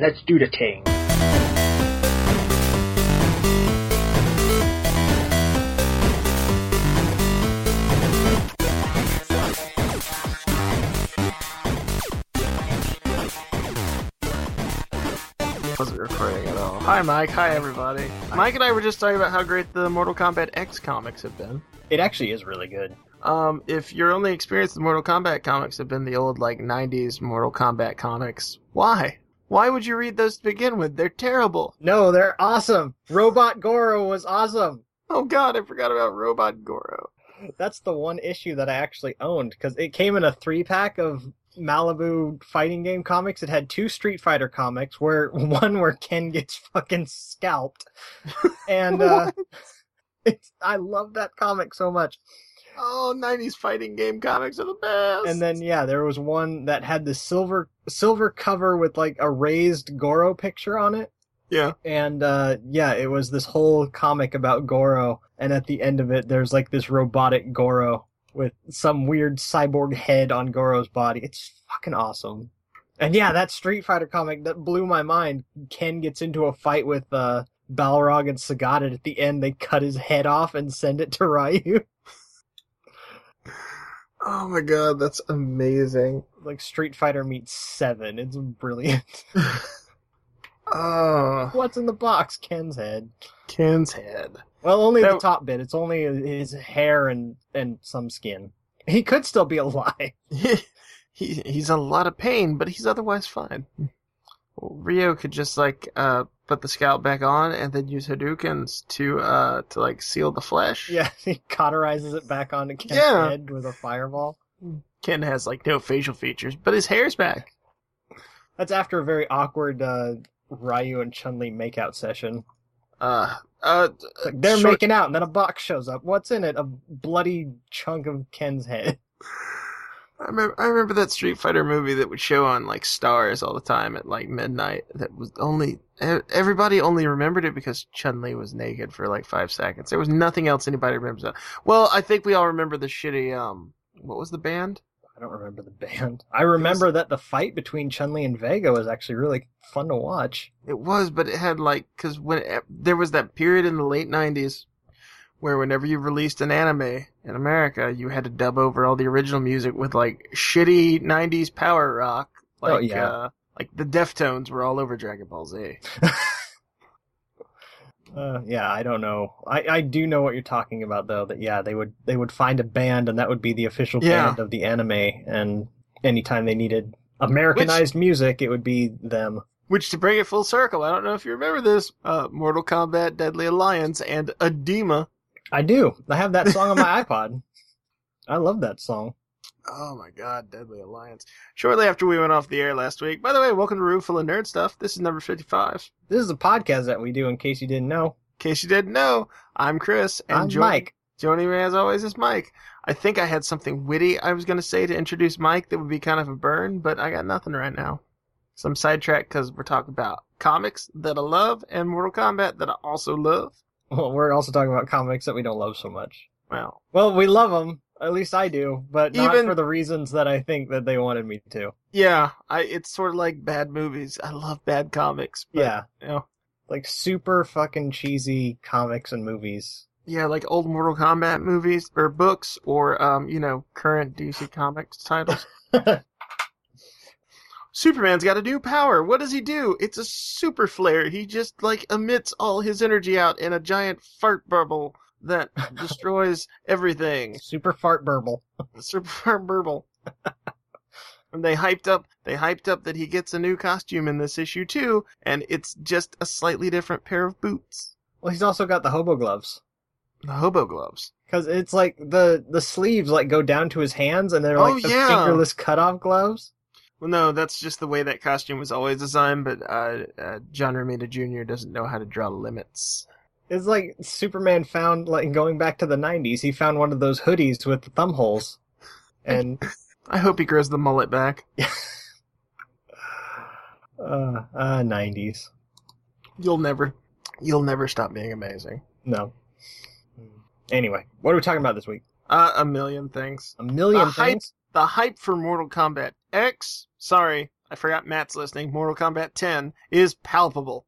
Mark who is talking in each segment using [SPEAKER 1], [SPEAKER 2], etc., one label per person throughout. [SPEAKER 1] let's do the thing.
[SPEAKER 2] wasn't recording at all. Hi, Mike. Hi, everybody. Mike and I were just talking about how great the Mortal Kombat X comics have been.
[SPEAKER 1] It actually is really good.
[SPEAKER 2] Um, if your only experience with Mortal Kombat comics have been the old, like, 90s Mortal Kombat comics, why? Why would you read those to begin with? They're terrible.
[SPEAKER 1] No, they're awesome. Robot Goro was awesome.
[SPEAKER 2] Oh, God, I forgot about Robot Goro.
[SPEAKER 1] That's the one issue that I actually owned because it came in a three pack of Malibu fighting game comics. It had two Street Fighter comics, where one where Ken gets fucking scalped, and uh, it's, I love that comic so much.
[SPEAKER 2] Oh, 90s fighting game comics are the best.
[SPEAKER 1] And then yeah, there was one that had the silver silver cover with like a raised Goro picture on it.
[SPEAKER 2] Yeah.
[SPEAKER 1] And uh, yeah, it was this whole comic about Goro, and at the end of it, there's like this robotic Goro with some weird cyborg head on Goro's body. It's fucking awesome. And yeah, that Street Fighter comic that blew my mind. Ken gets into a fight with uh, Balrog and Sagat, and at the end they cut his head off and send it to Ryu.
[SPEAKER 2] Oh, my God, that's amazing.
[SPEAKER 1] like Street Fighter meets Seven. It's brilliant.
[SPEAKER 2] Oh,
[SPEAKER 1] What's in the box? Ken's head.
[SPEAKER 2] Ken's head.
[SPEAKER 1] Well, only
[SPEAKER 2] That-
[SPEAKER 1] the top bit. It's only his hair and and some skin. He could still be alive.
[SPEAKER 2] he, he's in a lot of pain, but he's otherwise fine. Well, Rio could just like uh, put the scalp back on and then use Hadoukens to uh, to like seal the flesh.
[SPEAKER 1] Yeah, he cauterizes it back onto Ken's
[SPEAKER 2] Yeah.
[SPEAKER 1] head with a fireball.
[SPEAKER 2] Ken has like no facial features, but his hair's back.
[SPEAKER 1] That's after a very awkward uh, Ryu and Chun Li makeout session.
[SPEAKER 2] Uh, uh, d-
[SPEAKER 1] It's like they're
[SPEAKER 2] Short-
[SPEAKER 1] making out, and then a box shows up. What's in it? A bloody chunk of Ken's head.
[SPEAKER 2] I remember I remember that Street Fighter movie that would show on like stars all the time at like midnight. That was only e- everybody only remembered it because Chun Li was naked for like five seconds. There was nothing else anybody remembers. That. Well, I think we all remember the shitty um, what was the band?
[SPEAKER 1] I don't remember the band. I remember that the fight between Chun Li and Vega was actually really fun to watch.
[SPEAKER 2] It was, but it had like because when it, there was that period in the late '90s where whenever you released an anime in America, you had to dub over all the original music with like shitty '90s power rock. Like,
[SPEAKER 1] Oh, yeah.
[SPEAKER 2] Uh, like the Deftones were all over Dragon Ball Z.
[SPEAKER 1] Uh, yeah, I don't know. I, I do know what you're talking about though. That yeah, they would they would find a band, and that would be the official
[SPEAKER 2] Yeah.
[SPEAKER 1] band of the anime. And anytime they needed Americanized music, it would be them.
[SPEAKER 2] Which to bring it full circle, I don't know if you remember this: uh, Mortal Kombat, Deadly Alliance, and Edema.
[SPEAKER 1] I do. I have that song on my iPod. I love that song.
[SPEAKER 2] Oh my god, Deadly Alliance! Shortly after we went off the air last week. By the way, welcome to Room Full of Nerd Stuff. This is number fifty-five.
[SPEAKER 1] This is a podcast that we do. In case you didn't know,
[SPEAKER 2] In case you didn't know, I'm Chris, and
[SPEAKER 1] I'm
[SPEAKER 2] join-
[SPEAKER 1] Mike.
[SPEAKER 2] joining me as always is Mike. I think I had something witty I was going to say to introduce Mike that would be kind of a burn, but I got nothing right now. So I'm sidetracked because we're talking about comics that I love and Mortal Kombat that I also love.
[SPEAKER 1] Well, we're also talking about comics that we don't love so much.
[SPEAKER 2] Well,
[SPEAKER 1] Well, we love them. At least I do, but not
[SPEAKER 2] Even-
[SPEAKER 1] for the reasons that I think that they wanted me to.
[SPEAKER 2] yeah, I it's sort of like bad movies. I love bad comics. But,
[SPEAKER 1] yeah,
[SPEAKER 2] You know,
[SPEAKER 1] like super fucking cheesy comics and movies.
[SPEAKER 2] yeah, like old Mortal Kombat movies or books or um, you know, current DC Comics titles. Superman's got a new power. What does he do? It's a super flare. He just like emits all his energy out in a giant fart bubble that destroys everything.
[SPEAKER 1] super fart burble.
[SPEAKER 2] Super burble. And they hyped up they hyped up that he gets a new costume in this issue too, and it's just a slightly different pair of boots.
[SPEAKER 1] Well, he's also got the hobo gloves.
[SPEAKER 2] The hobo gloves.
[SPEAKER 1] Cause it's like the the sleeves like go down to his hands, and they're
[SPEAKER 2] Oh,
[SPEAKER 1] like the
[SPEAKER 2] yeah.
[SPEAKER 1] fingerless cutoff gloves.
[SPEAKER 2] Well, no, that's just the way that costume was always designed, but uh, uh, John Romita Jr. doesn't know how to draw limits.
[SPEAKER 1] It's like Superman found like going back to the '90s. He found one of those hoodies with the thumb holes, and
[SPEAKER 2] I hope he grows the mullet back.
[SPEAKER 1] uh, uh, '90s.
[SPEAKER 2] You'll never, you'll never stop being amazing.
[SPEAKER 1] No. Anyway, what are we talking about this week?
[SPEAKER 2] Uh, a million things.
[SPEAKER 1] A million
[SPEAKER 2] The hype-
[SPEAKER 1] things.
[SPEAKER 2] The hype for Mortal Kombat X. Sorry, I forgot Matt's listening. Mortal Kombat 10 is palpable.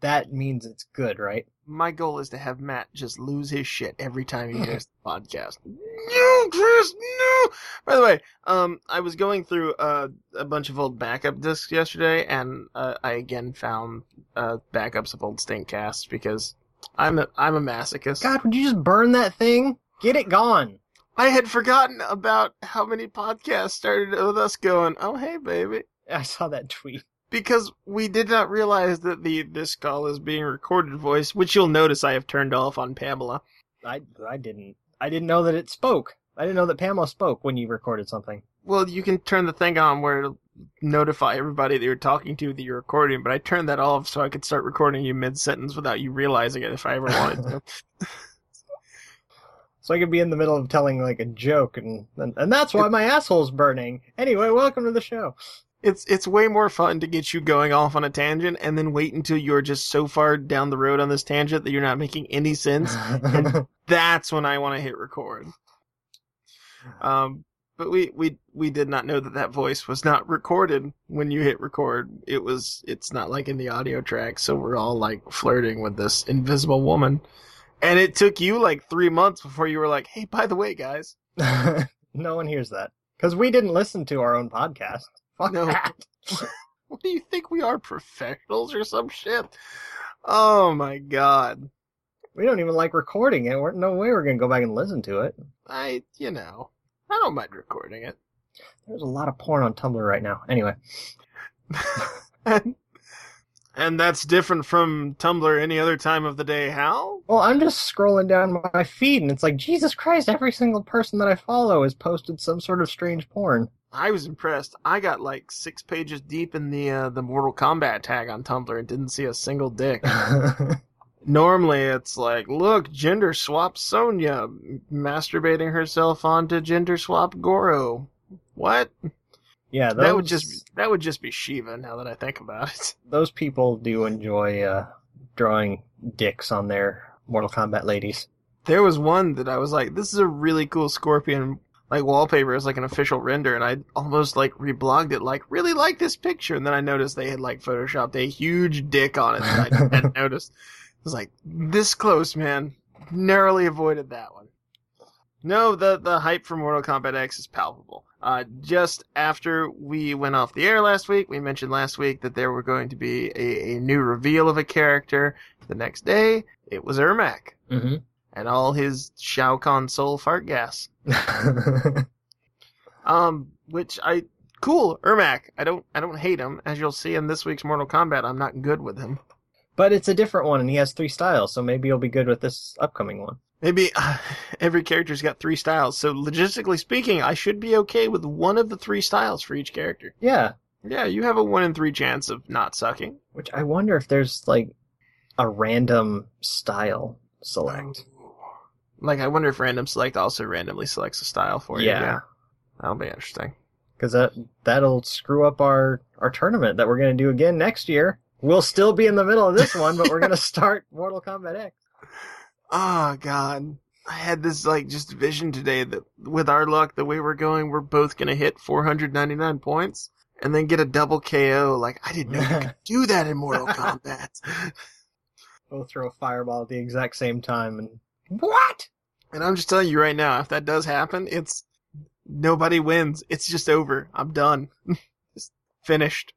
[SPEAKER 1] That means it's good, right?
[SPEAKER 2] My goal is to have Matt just lose his shit every time he hears the podcast. No, Chris, no. By the way, um, I was going through uh, a bunch of old backup discs yesterday, and uh, I again found uh, backups of old Stinkcasts because I'm a I'm a masochist.
[SPEAKER 1] God, would you just burn that thing? Get it gone.
[SPEAKER 2] I had forgotten about how many podcasts started with us going, "Oh hey, baby."
[SPEAKER 1] I saw that tweet.
[SPEAKER 2] because we did not realize that the this call is being recorded voice, which you'll notice I have turned off on Pamela.
[SPEAKER 1] I I didn't. I didn't know that it spoke. I didn't know that Pamela spoke when you recorded something.
[SPEAKER 2] Well, you can turn the thing on where it'll notify everybody that you're talking to that you're recording, but I turned that off so I could start recording you mid sentence without you realizing it if I ever wanted to.
[SPEAKER 1] So I could be in the middle of telling like a joke, and and, and that's why my asshole's burning. Anyway, welcome to the show.
[SPEAKER 2] It's it's way more fun to get you going off on a tangent and then wait until you're just so far down the road on this tangent that you're not making any sense. That's when I want to hit record. Um, but we we we did not know that that voice was not recorded when you hit record. It was it's not like in the audio track, so we're all like flirting with this invisible woman. And it took you like three months before you were like, "Hey, by the way, guys,
[SPEAKER 1] no one hears that because we didn't listen to our own podcast. Fuck
[SPEAKER 2] No.
[SPEAKER 1] that.
[SPEAKER 2] what do you think we are, professionals or some shit?" Oh my god.
[SPEAKER 1] We don't even like recording it. We're, no way we're gonna go back and listen to it.
[SPEAKER 2] I, you know, I don't mind recording it.
[SPEAKER 1] There's a lot of porn on Tumblr right now. Anyway,
[SPEAKER 2] and, and that's different from Tumblr any other time of the day. How?
[SPEAKER 1] well, I'm just scrolling down my feed, and it's like Jesus Christ! Every single person that I follow has posted some sort of strange porn.
[SPEAKER 2] I was impressed. I got like six pages deep in the uh, the Mortal Kombat tag on Tumblr and didn't see a single dick. Normally, it's like, look, gender swap Sonya masturbating herself onto gender swap Goro. What?
[SPEAKER 1] yeah,
[SPEAKER 2] That would
[SPEAKER 1] those-
[SPEAKER 2] just that would just be Shiva. Now that I think about it.
[SPEAKER 1] those people do enjoy uh, drawing dicks on their Mortal Kombat ladies.
[SPEAKER 2] There was one that I was like, this is a really cool scorpion like wallpaper is like an official render and I almost like reblogged it like really like this picture and then I noticed they had like photoshopped a huge dick on it that I hadn't noticed. It was like this close, man. Narrowly avoided that one. No, the the hype for Mortal Kombat X is palpable. Uh, just after we went off the air last week, we mentioned last week that there were going to be a, a new reveal of a character. The next day, it was Ermac
[SPEAKER 1] Mm-hmm.
[SPEAKER 2] and all his Shao Kahn soul fart gas. Um, which I cool Ermac. I don't I don't hate him. As you'll see in this week's Mortal Kombat, I'm not good with him.
[SPEAKER 1] but it's a different one, and he has three styles, so maybe you'll be good with this upcoming one.
[SPEAKER 2] Maybe uh, every character's got three styles, so logistically speaking, I should be okay with one of the three styles for each character.
[SPEAKER 1] Yeah,
[SPEAKER 2] Yeah, you have a one in three chance of not sucking.
[SPEAKER 1] which I wonder if there's like a random style select.
[SPEAKER 2] Like I wonder if random select also randomly selects a style for you.
[SPEAKER 1] Yeah.
[SPEAKER 2] that'll be interesting.
[SPEAKER 1] because that that'll screw up our our tournament that we're going to do again next year. We'll still be in the middle of this one, but we're going to start Mortal Kombat X.
[SPEAKER 2] Oh god. I had this like just vision today that with our luck the way we're going, we're both gonna hit four hundred ninety nine points and then get a double KO. Like I didn't know you could do that in Mortal Kombat.
[SPEAKER 1] We'll throw a fireball at the exact same time and what?
[SPEAKER 2] and I'm just telling you right now, if that does happen, it's nobody wins. It's just over. I'm done. just finished.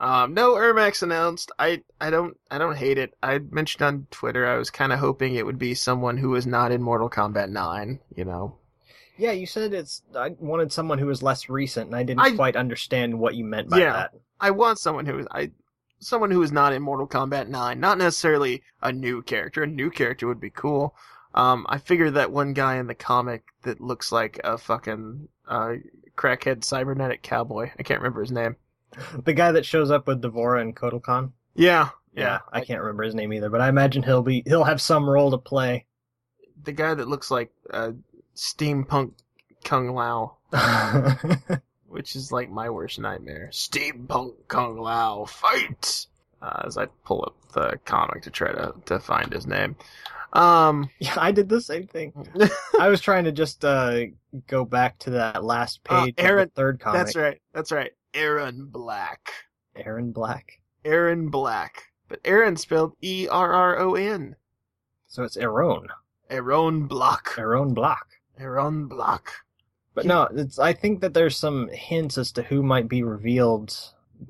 [SPEAKER 2] Um, no Ermax announced. I, I don't I don't hate it. I mentioned on Twitter I was kinda hoping it would be someone who is not in Mortal Kombat nine, you know.
[SPEAKER 1] Yeah, you said it's. I wanted someone who was less recent, and I didn't
[SPEAKER 2] I-
[SPEAKER 1] quite understand what you meant by
[SPEAKER 2] Yeah.
[SPEAKER 1] that.
[SPEAKER 2] I want someone who is I someone who is not in Mortal Kombat 9, not necessarily a new character. A new character would be cool. Um, I figure that one guy in the comic that looks like a fucking uh, crackhead cybernetic cowboy. I can't remember his name.
[SPEAKER 1] The guy that shows up with Devora and Kotalkan.
[SPEAKER 2] Yeah, yeah.
[SPEAKER 1] I can't remember his name either, but I imagine he'll be he'll have some role to play.
[SPEAKER 2] The guy that looks like uh, steampunk Kung Lao,
[SPEAKER 1] I
[SPEAKER 2] which is like my worst nightmare. Steampunk Kung Lao, fight. uh, as I pull up the comic to try to, to find his name. Um,
[SPEAKER 1] Yeah, I did the same thing. I was trying to just uh, go back to that last
[SPEAKER 2] Uh,
[SPEAKER 1] page
[SPEAKER 2] Aaron-
[SPEAKER 1] of the third comic.
[SPEAKER 2] that's right. That's right. Aaron Black.
[SPEAKER 1] Aaron Black.
[SPEAKER 2] Aaron Black. But Aaron spelled E R R O N.
[SPEAKER 1] So it's Aaron.
[SPEAKER 2] Aaron Block.
[SPEAKER 1] Aaron Black.
[SPEAKER 2] Aaron Block.
[SPEAKER 1] But no, it's. I think that there's some hints as to who might be revealed.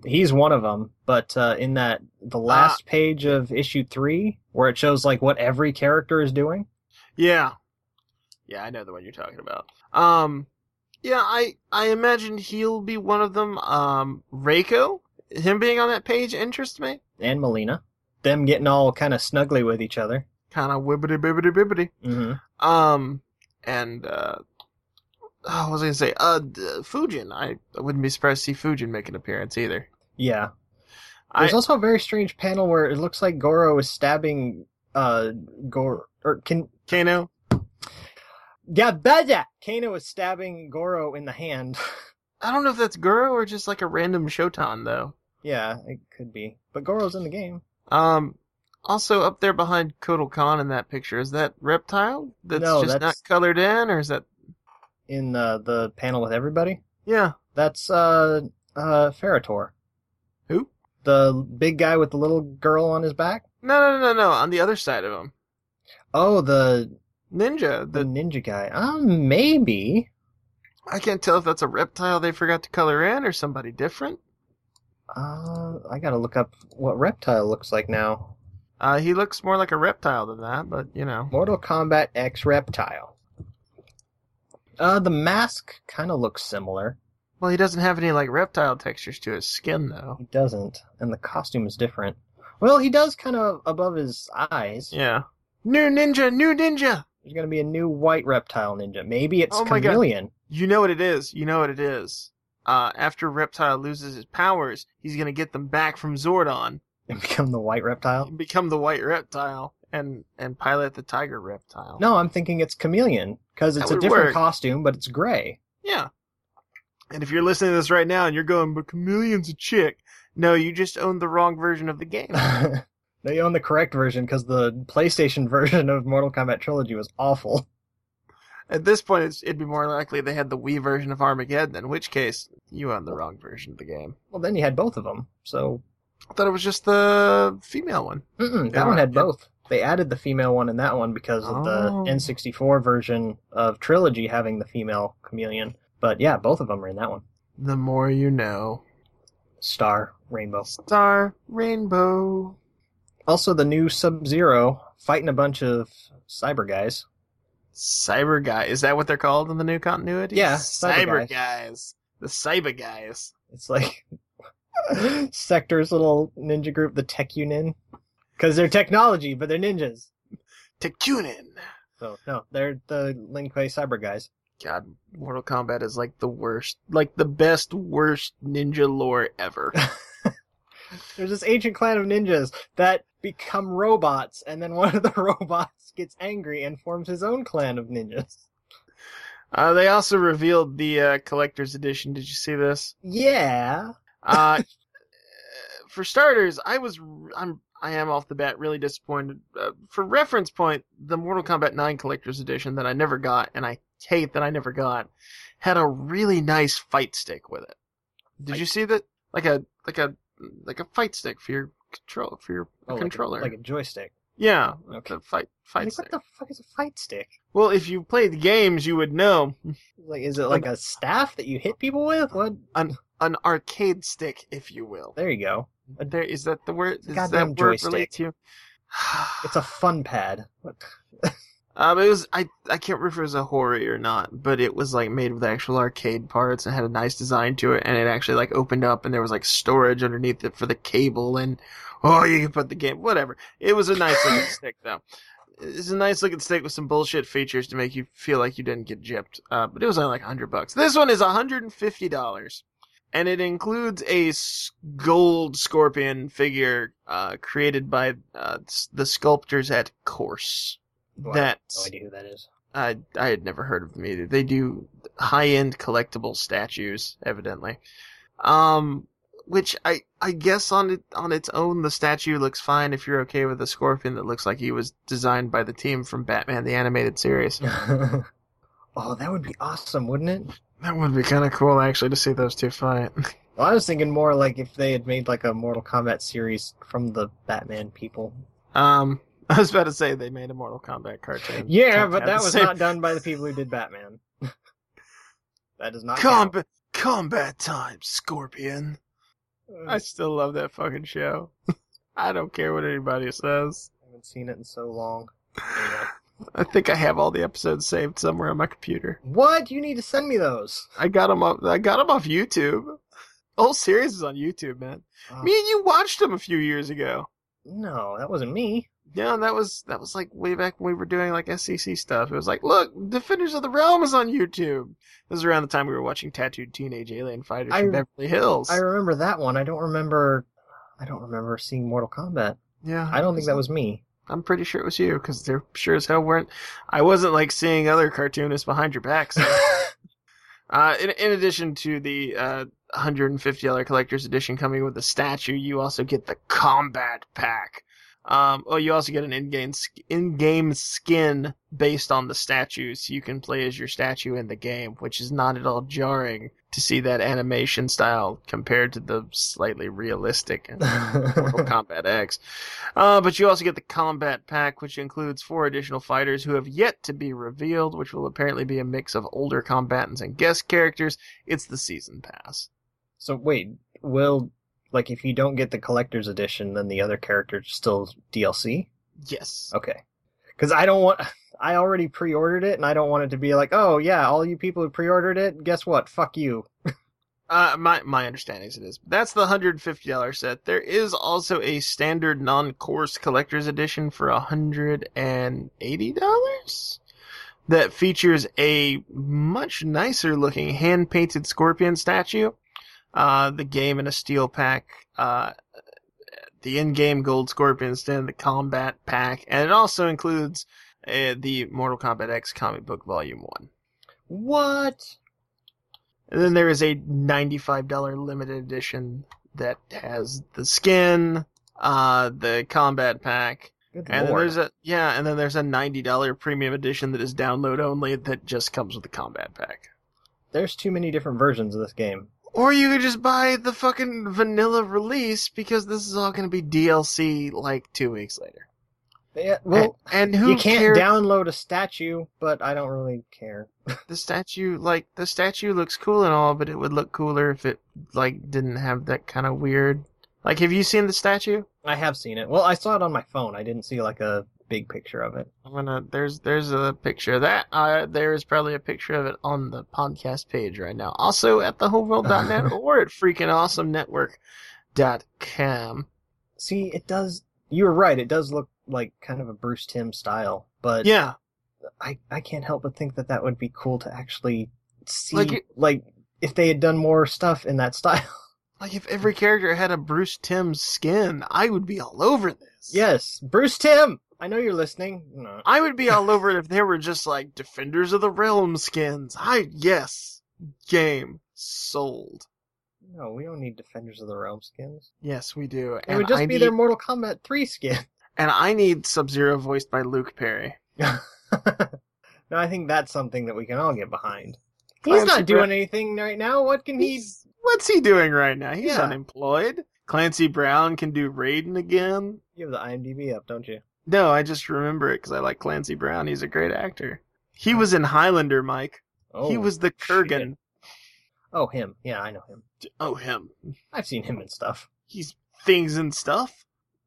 [SPEAKER 1] He's one of them, but uh, in that the last page of issue three, where it shows like what every character is doing.
[SPEAKER 2] Yeah. Yeah, I know the one you're talking about. Um yeah, I I imagine he'll be one of them. Um Reiko, him being on that page interests me.
[SPEAKER 1] and Melina, them getting all kind of snuggly with each other.
[SPEAKER 2] Kind of wibbity bibbity bibbity.
[SPEAKER 1] hmm
[SPEAKER 2] Um and uh oh, what was I going to say? Uh d- Fujin. I, I wouldn't be surprised to see Fujin make an appearance either.
[SPEAKER 1] Yeah.
[SPEAKER 2] I,
[SPEAKER 1] There's also a very strange panel where it looks like Goro is stabbing uh Goro or can
[SPEAKER 2] Kano.
[SPEAKER 1] yeah Bada Kano is stabbing Goro in the hand.
[SPEAKER 2] I don't know if that's Guru or just like a random Shotan though.
[SPEAKER 1] yeah, it could be. But Goro's in the game.
[SPEAKER 2] Um also up there behind Kotal Khan in that picture, is that reptile that's
[SPEAKER 1] No,
[SPEAKER 2] just
[SPEAKER 1] that's-
[SPEAKER 2] not colored in or is that
[SPEAKER 1] In uh, the panel with everybody.
[SPEAKER 2] Yeah.
[SPEAKER 1] That's uh uh Ferator.
[SPEAKER 2] Who?
[SPEAKER 1] The big guy with the little girl on his back?
[SPEAKER 2] No, no, no, no. On the other side of him,
[SPEAKER 1] Oh, the
[SPEAKER 2] Ninja.
[SPEAKER 1] the
[SPEAKER 2] The
[SPEAKER 1] ninja guy. Um maybe.
[SPEAKER 2] I can't tell if that's a reptile they forgot to color in or somebody different.
[SPEAKER 1] Uh I gotta look up what reptile looks like now.
[SPEAKER 2] Uh, he looks more like a reptile than that, but you know.
[SPEAKER 1] Mortal Kombat X Reptile. Uh, the mask kind of looks similar.
[SPEAKER 2] Well, he doesn't have any like reptile textures to his skin though.
[SPEAKER 1] He doesn't, and the costume is different. Well, he does kind of above his eyes.
[SPEAKER 2] Yeah. New ninja, new ninja.
[SPEAKER 1] There's gonna be a new white reptile ninja. Maybe it's
[SPEAKER 2] Oh my God.
[SPEAKER 1] chameleon.
[SPEAKER 2] You know what it is. You know what it is. Uh, after Reptile loses his powers, he's gonna get them back from Zordon
[SPEAKER 1] And become the white reptile.
[SPEAKER 2] and become the White Reptile and and pilot the Tiger Reptile.
[SPEAKER 1] No, I'm thinking it's chameleon because it's
[SPEAKER 2] Oh. That
[SPEAKER 1] a
[SPEAKER 2] would
[SPEAKER 1] different
[SPEAKER 2] work.
[SPEAKER 1] costume, but it's gray.
[SPEAKER 2] Yeah. And if you're listening to this right now and you're going, but Chameleon's a chick, no, you just owned the wrong version of the game.
[SPEAKER 1] no, you own the correct version because the PlayStation version of Mortal Kombat Trilogy was awful.
[SPEAKER 2] At this point, it's, it'd be more likely they had the Wii version of Armageddon, in which case, you owned the wrong version of the game.
[SPEAKER 1] Well, then you had both of them, so
[SPEAKER 2] I thought it was just the female one.
[SPEAKER 1] Mm-mm, that
[SPEAKER 2] Yeah,
[SPEAKER 1] one had
[SPEAKER 2] yeah.
[SPEAKER 1] both. They added the female one in that one because of
[SPEAKER 2] Oh.
[SPEAKER 1] the N64 version of Trilogy having the female chameleon. But yeah, both of them are in that one.
[SPEAKER 2] The more you know.
[SPEAKER 1] Star, Rainbow.
[SPEAKER 2] Star, rainbow.
[SPEAKER 1] Also, the new Sub Zero fighting a bunch of cyber guys.
[SPEAKER 2] Cyber guy. Is that what they're called in the new continuity?
[SPEAKER 1] Yeah,
[SPEAKER 2] cyber,
[SPEAKER 1] cyber
[SPEAKER 2] guys. The cyber guys.
[SPEAKER 1] It's like Sector's little ninja group, the Tekunin. Because they're technology, but they're ninjas.
[SPEAKER 2] Tekunin.
[SPEAKER 1] So, no, they're the Lin Kuei cyber guys.
[SPEAKER 2] God, Mortal Kombat is like the worst, like the best worst ninja lore ever.
[SPEAKER 1] There's this ancient clan of ninjas that become robots, and then one of the robots gets angry and forms his own clan of ninjas.
[SPEAKER 2] uh, they also revealed the uh, collector's edition. Did you see this?
[SPEAKER 1] Yeah.
[SPEAKER 2] Uh, for starters, I was I'm I am off the bat really disappointed. Uh, for reference point, the Mortal Kombat 9 collector's edition that I never got and I hate that I never got had a really nice fight stick with it. Did you see that? Like a like a like a fight stick for your control for your
[SPEAKER 1] Oh, like a-
[SPEAKER 2] controller.
[SPEAKER 1] Like a, joystick.
[SPEAKER 2] Yeah,
[SPEAKER 1] Okay.
[SPEAKER 2] the fight fight
[SPEAKER 1] Like,
[SPEAKER 2] stick.
[SPEAKER 1] what the fuck is a fight stick?
[SPEAKER 2] Well, if you played games, you would know
[SPEAKER 1] Like, is it like a staff that you hit people with? What?
[SPEAKER 2] an arcade stick, if you will.
[SPEAKER 1] There you go.
[SPEAKER 2] There is that the word. Is that
[SPEAKER 1] Goddamn
[SPEAKER 2] word
[SPEAKER 1] joystick.
[SPEAKER 2] relate to? you?
[SPEAKER 1] It's a fun pad. What?
[SPEAKER 2] um, it was I I can't remember if it was a horror or not, but it was like made with actual arcade parts and had a nice design to it, and it actually like opened up and there was like storage underneath it for the cable and oh you can put the game whatever. It was a nice looking stick though. It's a nice looking stick with some bullshit features to make you feel like you didn't get gypped. Uh, but it was only like hundred bucks. This one is hundred and fifty dollars, and it includes a s- gold scorpion figure uh, created by uh, s- the sculptors at Course.
[SPEAKER 1] Well,
[SPEAKER 2] That
[SPEAKER 1] I have no idea who that is.
[SPEAKER 2] I I had never heard of them either. They do high end collectible statues, evidently. Um, which I I guess on it on its own the statue looks fine if you're okay with a scorpion that looks like he was designed by the team from Batman the animated series.
[SPEAKER 1] oh, that would be awesome, wouldn't it?
[SPEAKER 2] That would be kind of cool actually to see those two fight.
[SPEAKER 1] Well, I was thinking more like if they had made like a Mortal Kombat series from the Batman people.
[SPEAKER 2] Um, I was about to say they made a Mortal Kombat cartoon.
[SPEAKER 1] Yeah,
[SPEAKER 2] Can't
[SPEAKER 1] but
[SPEAKER 2] have
[SPEAKER 1] that
[SPEAKER 2] the
[SPEAKER 1] was
[SPEAKER 2] same-
[SPEAKER 1] not done by the people who did Batman. that does not count.
[SPEAKER 2] Combat combat time, Scorpion. I still love that fucking show. I don't care what anybody says.
[SPEAKER 1] I haven't seen it in so long. Anyway.
[SPEAKER 2] I think I have all the episodes saved somewhere on my computer.
[SPEAKER 1] What? You need to send me those.
[SPEAKER 2] I got them off. I got 'em off YouTube. Whole series is on YouTube, man.
[SPEAKER 1] Oh.
[SPEAKER 2] Me and you watched them a few years ago.
[SPEAKER 1] No, that wasn't me.
[SPEAKER 2] Yeah, and that was that was like way back when we were doing like SEC stuff. It was like, look, Defenders of the Realm is on YouTube. This is around the time we were watching Tattooed Teenage Alien Fighters
[SPEAKER 1] I-
[SPEAKER 2] from Beverly Hills.
[SPEAKER 1] I remember that one. I don't remember. I don't remember seeing Mortal Kombat.
[SPEAKER 2] yeah,
[SPEAKER 1] I don't think that was me.
[SPEAKER 2] I'm pretty sure it was you because they're sure as hell weren't. I wasn't like seeing other cartoonists behind your backs. Uh, in, in addition to the uh, $150 collector's edition coming with the statue, you also get the combat pack. Um, oh, you also get an in-game sk- in-game skin based on the statue, so you can play as your statue in the game, which is not at all jarring to see that animation style compared to the slightly realistic Mortal Kombat X. Uh, but you also get the combat pack, which includes four additional fighters who have yet to be revealed, which will apparently be a mix of older combatants and guest characters. It's the season pass.
[SPEAKER 1] so wait, will like if you don't get the collector's edition, then the other characters still DLC?
[SPEAKER 2] Yes.
[SPEAKER 1] Okay, because I don't want. I already pre-ordered it, and I don't want it to be like, oh yeah, all you people who pre-ordered it, guess what? Fuck you.
[SPEAKER 2] Uh, my my understanding is it is. That's the hundred fifty dollar set. There is also a standard non course collector's edition for hundred and eighty dollars. That features a much nicer looking hand painted scorpion statue, uh, the game in a steel pack, uh, the in game gold scorpion stand, the combat pack, and it also includes uh, the Mortal Kombat X comic book volume one.
[SPEAKER 1] What?
[SPEAKER 2] And then there is a $95 limited edition that has the skin, uh, the combat pack,
[SPEAKER 1] Good
[SPEAKER 2] and then
[SPEAKER 1] lord.
[SPEAKER 2] there's a yeah, and then there's a $90 premium edition that is download only that just comes with the combat pack.
[SPEAKER 1] There's too many different versions of this game.
[SPEAKER 2] Or you could just buy the fucking vanilla release because this is all going to be DLC like 2 weeks later.
[SPEAKER 1] Yeah, uh, well,
[SPEAKER 2] and, and who
[SPEAKER 1] you can't
[SPEAKER 2] cares?
[SPEAKER 1] download a statue, but I don't really care.
[SPEAKER 2] the statue like the statue looks cool and all, but it would look cooler if it like didn't have that kind of weird like have you seen the statue?
[SPEAKER 1] I have seen it. Well, I saw it on my phone. I didn't see like a big picture of it.
[SPEAKER 2] I'm gonna. There's there's a picture of that. Uh, there is probably a picture of it on the podcast page right now. Also at thewholeworld.net or at freakingawesomenetwork.com.
[SPEAKER 1] See, it does. You were right. It does look like kind of a Bruce Tim style, but
[SPEAKER 2] Yeah,
[SPEAKER 1] I I can't help but think that that would be cool to actually see,
[SPEAKER 2] Like
[SPEAKER 1] like,
[SPEAKER 2] it-
[SPEAKER 1] if they had done more stuff in that style.
[SPEAKER 2] like if every character had a Bruce Timm skin, I would be all over this.
[SPEAKER 1] yes, Bruce Tim. I know you're listening. No.
[SPEAKER 2] I would be all over it if there were just like Defenders of the Realm skins. I yes, game sold.
[SPEAKER 1] No, we don't need Defenders of the Realm skins.
[SPEAKER 2] Yes, we do.
[SPEAKER 1] It would just
[SPEAKER 2] I
[SPEAKER 1] be
[SPEAKER 2] need,
[SPEAKER 1] their Mortal Kombat 3 skin.
[SPEAKER 2] and I need Sub Zero voiced by Luke Perry.
[SPEAKER 1] no, I think that's something that we can all get behind.
[SPEAKER 2] I
[SPEAKER 1] He's
[SPEAKER 2] am
[SPEAKER 1] not
[SPEAKER 2] super-
[SPEAKER 1] doing anything right now. What can he?
[SPEAKER 2] He's what's he doing right now? He's
[SPEAKER 1] Yeah.
[SPEAKER 2] unemployed. Clancy Brown can do Raiden again.
[SPEAKER 1] You have the IMDb up, don't you?
[SPEAKER 2] No, I just remember it because I like Clancy Brown. He's a great actor. He was in Highlander, Mike.
[SPEAKER 1] Oh,
[SPEAKER 2] he was the Kurgan.
[SPEAKER 1] Oh, him. Yeah, I know him.
[SPEAKER 2] Oh, him.
[SPEAKER 1] I've seen him in stuff.
[SPEAKER 2] He's things and stuff.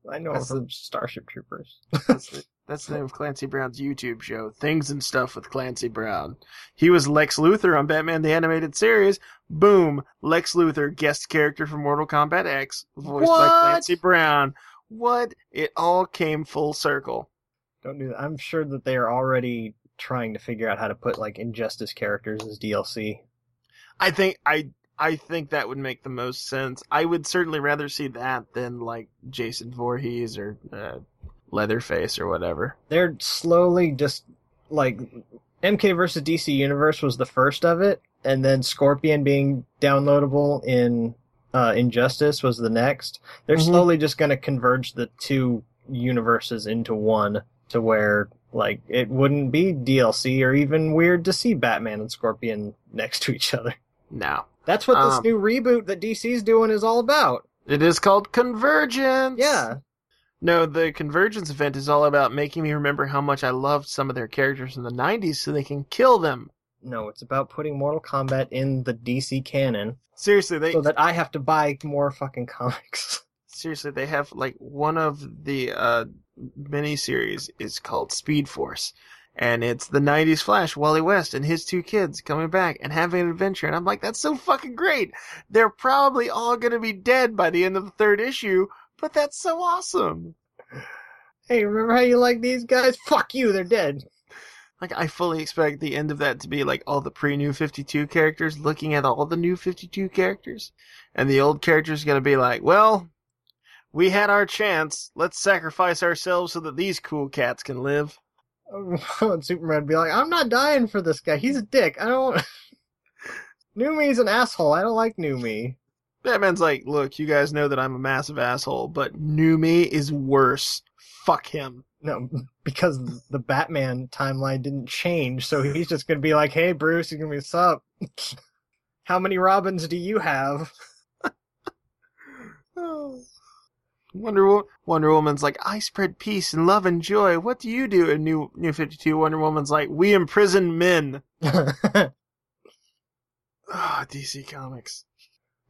[SPEAKER 1] I know him
[SPEAKER 2] That's the-
[SPEAKER 1] from Starship Troopers.
[SPEAKER 2] That's the, that's the name of Clancy Brown's YouTube show, Things and Stuff with Clancy Brown. He was Lex Luthor on Batman the Animated Series. Boom, Lex Luthor, guest character from Mortal Kombat X, voiced by
[SPEAKER 1] What?
[SPEAKER 2] Clancy Brown. What? It all came full circle.
[SPEAKER 1] Don't do that. I'm sure that they are already trying to figure out how to put like Injustice characters as DLC.
[SPEAKER 2] I think I I think that would make the most sense. I would certainly rather see that than like Jason Voorhees or uh, Leatherface or whatever.
[SPEAKER 1] They're slowly just like MK versus DC Universe was the first of it, and then Scorpion being downloadable in uh, Injustice was the next. They're
[SPEAKER 2] Mhm.
[SPEAKER 1] slowly just going to converge the two universes into one to where like it wouldn't be DLC or even weird to see Batman and Scorpion next to each other.
[SPEAKER 2] No.
[SPEAKER 1] That's what this
[SPEAKER 2] Um,
[SPEAKER 1] new reboot that DC's doing is all about.
[SPEAKER 2] It is called Convergence.
[SPEAKER 1] Yeah.
[SPEAKER 2] No, the Convergence event is all about making me remember how much I loved some of their characters in the 90s so they can kill them.
[SPEAKER 1] No, it's about putting Mortal Kombat in the DC canon
[SPEAKER 2] Seriously, they
[SPEAKER 1] so that I have to buy more fucking comics.
[SPEAKER 2] seriously they have like one of the uh miniseries is called Speed Force. And it's the 90s Flash, Wally West, and his two kids coming back and having an adventure. And I'm like, that's so fucking great. They're probably all going to be dead by the end of the third issue, but that's so awesome.
[SPEAKER 1] Hey, remember how you like these guys? Fuck you, they're dead.
[SPEAKER 2] Like I fully expect the end of that to be like all the pre New Fifty Two characters looking at all the New Fifty Two characters, and the old characters gonna be like, "Well, we had our chance. Let's sacrifice ourselves so that these cool cats can live."
[SPEAKER 1] and Superman would be like, I'm not dying for this guy. He's a dick. I don't. New me's an asshole. I don't like New me.
[SPEAKER 2] Batman's like, "Look, you guys know that I'm a massive asshole, but New Me is worse. Fuck him."
[SPEAKER 1] No, because the Batman timeline didn't change, so he's just gonna be like, "Hey, Bruce, you're gonna be sup? How many Robins do you have?"
[SPEAKER 2] Wonder Wo- Wonder Woman's like, I spread peace and love and joy. What do you do? And New New Fifty Two Wonder Woman's like, we imprison men. Ah, DC Comics.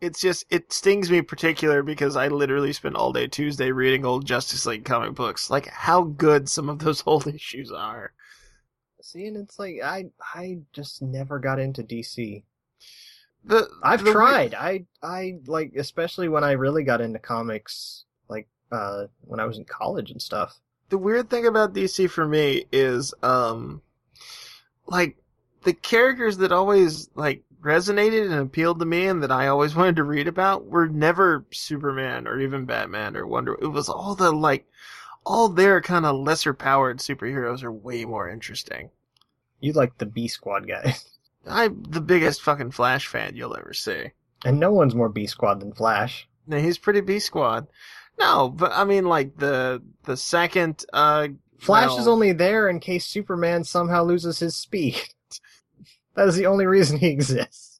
[SPEAKER 2] It's just it stings me particular because I literally spent all day Tuesday reading old Justice League comic books. Like how good some of those old issues are.
[SPEAKER 1] See, and it's like I, I just never got into DC.
[SPEAKER 2] The
[SPEAKER 1] I've
[SPEAKER 2] the-
[SPEAKER 1] tried. I I like especially when I really got into comics like uh when I was in college and stuff.
[SPEAKER 2] the weird thing about DC for me is um like the characters that always like resonated and appealed to me and that I always wanted to read about were never Superman or even Batman or Wonder it was all the like all their kind of lesser powered superheroes are way more interesting.
[SPEAKER 1] You like the B Squad guys.
[SPEAKER 2] I'm the biggest fucking Flash fan you'll ever see.
[SPEAKER 1] And no one's more B Squad than Flash.
[SPEAKER 2] No, he's pretty B squad. No, but I mean like the the second uh
[SPEAKER 1] Flash
[SPEAKER 2] Well-
[SPEAKER 1] is only there in case Superman somehow loses his speed. that is the only reason he exists.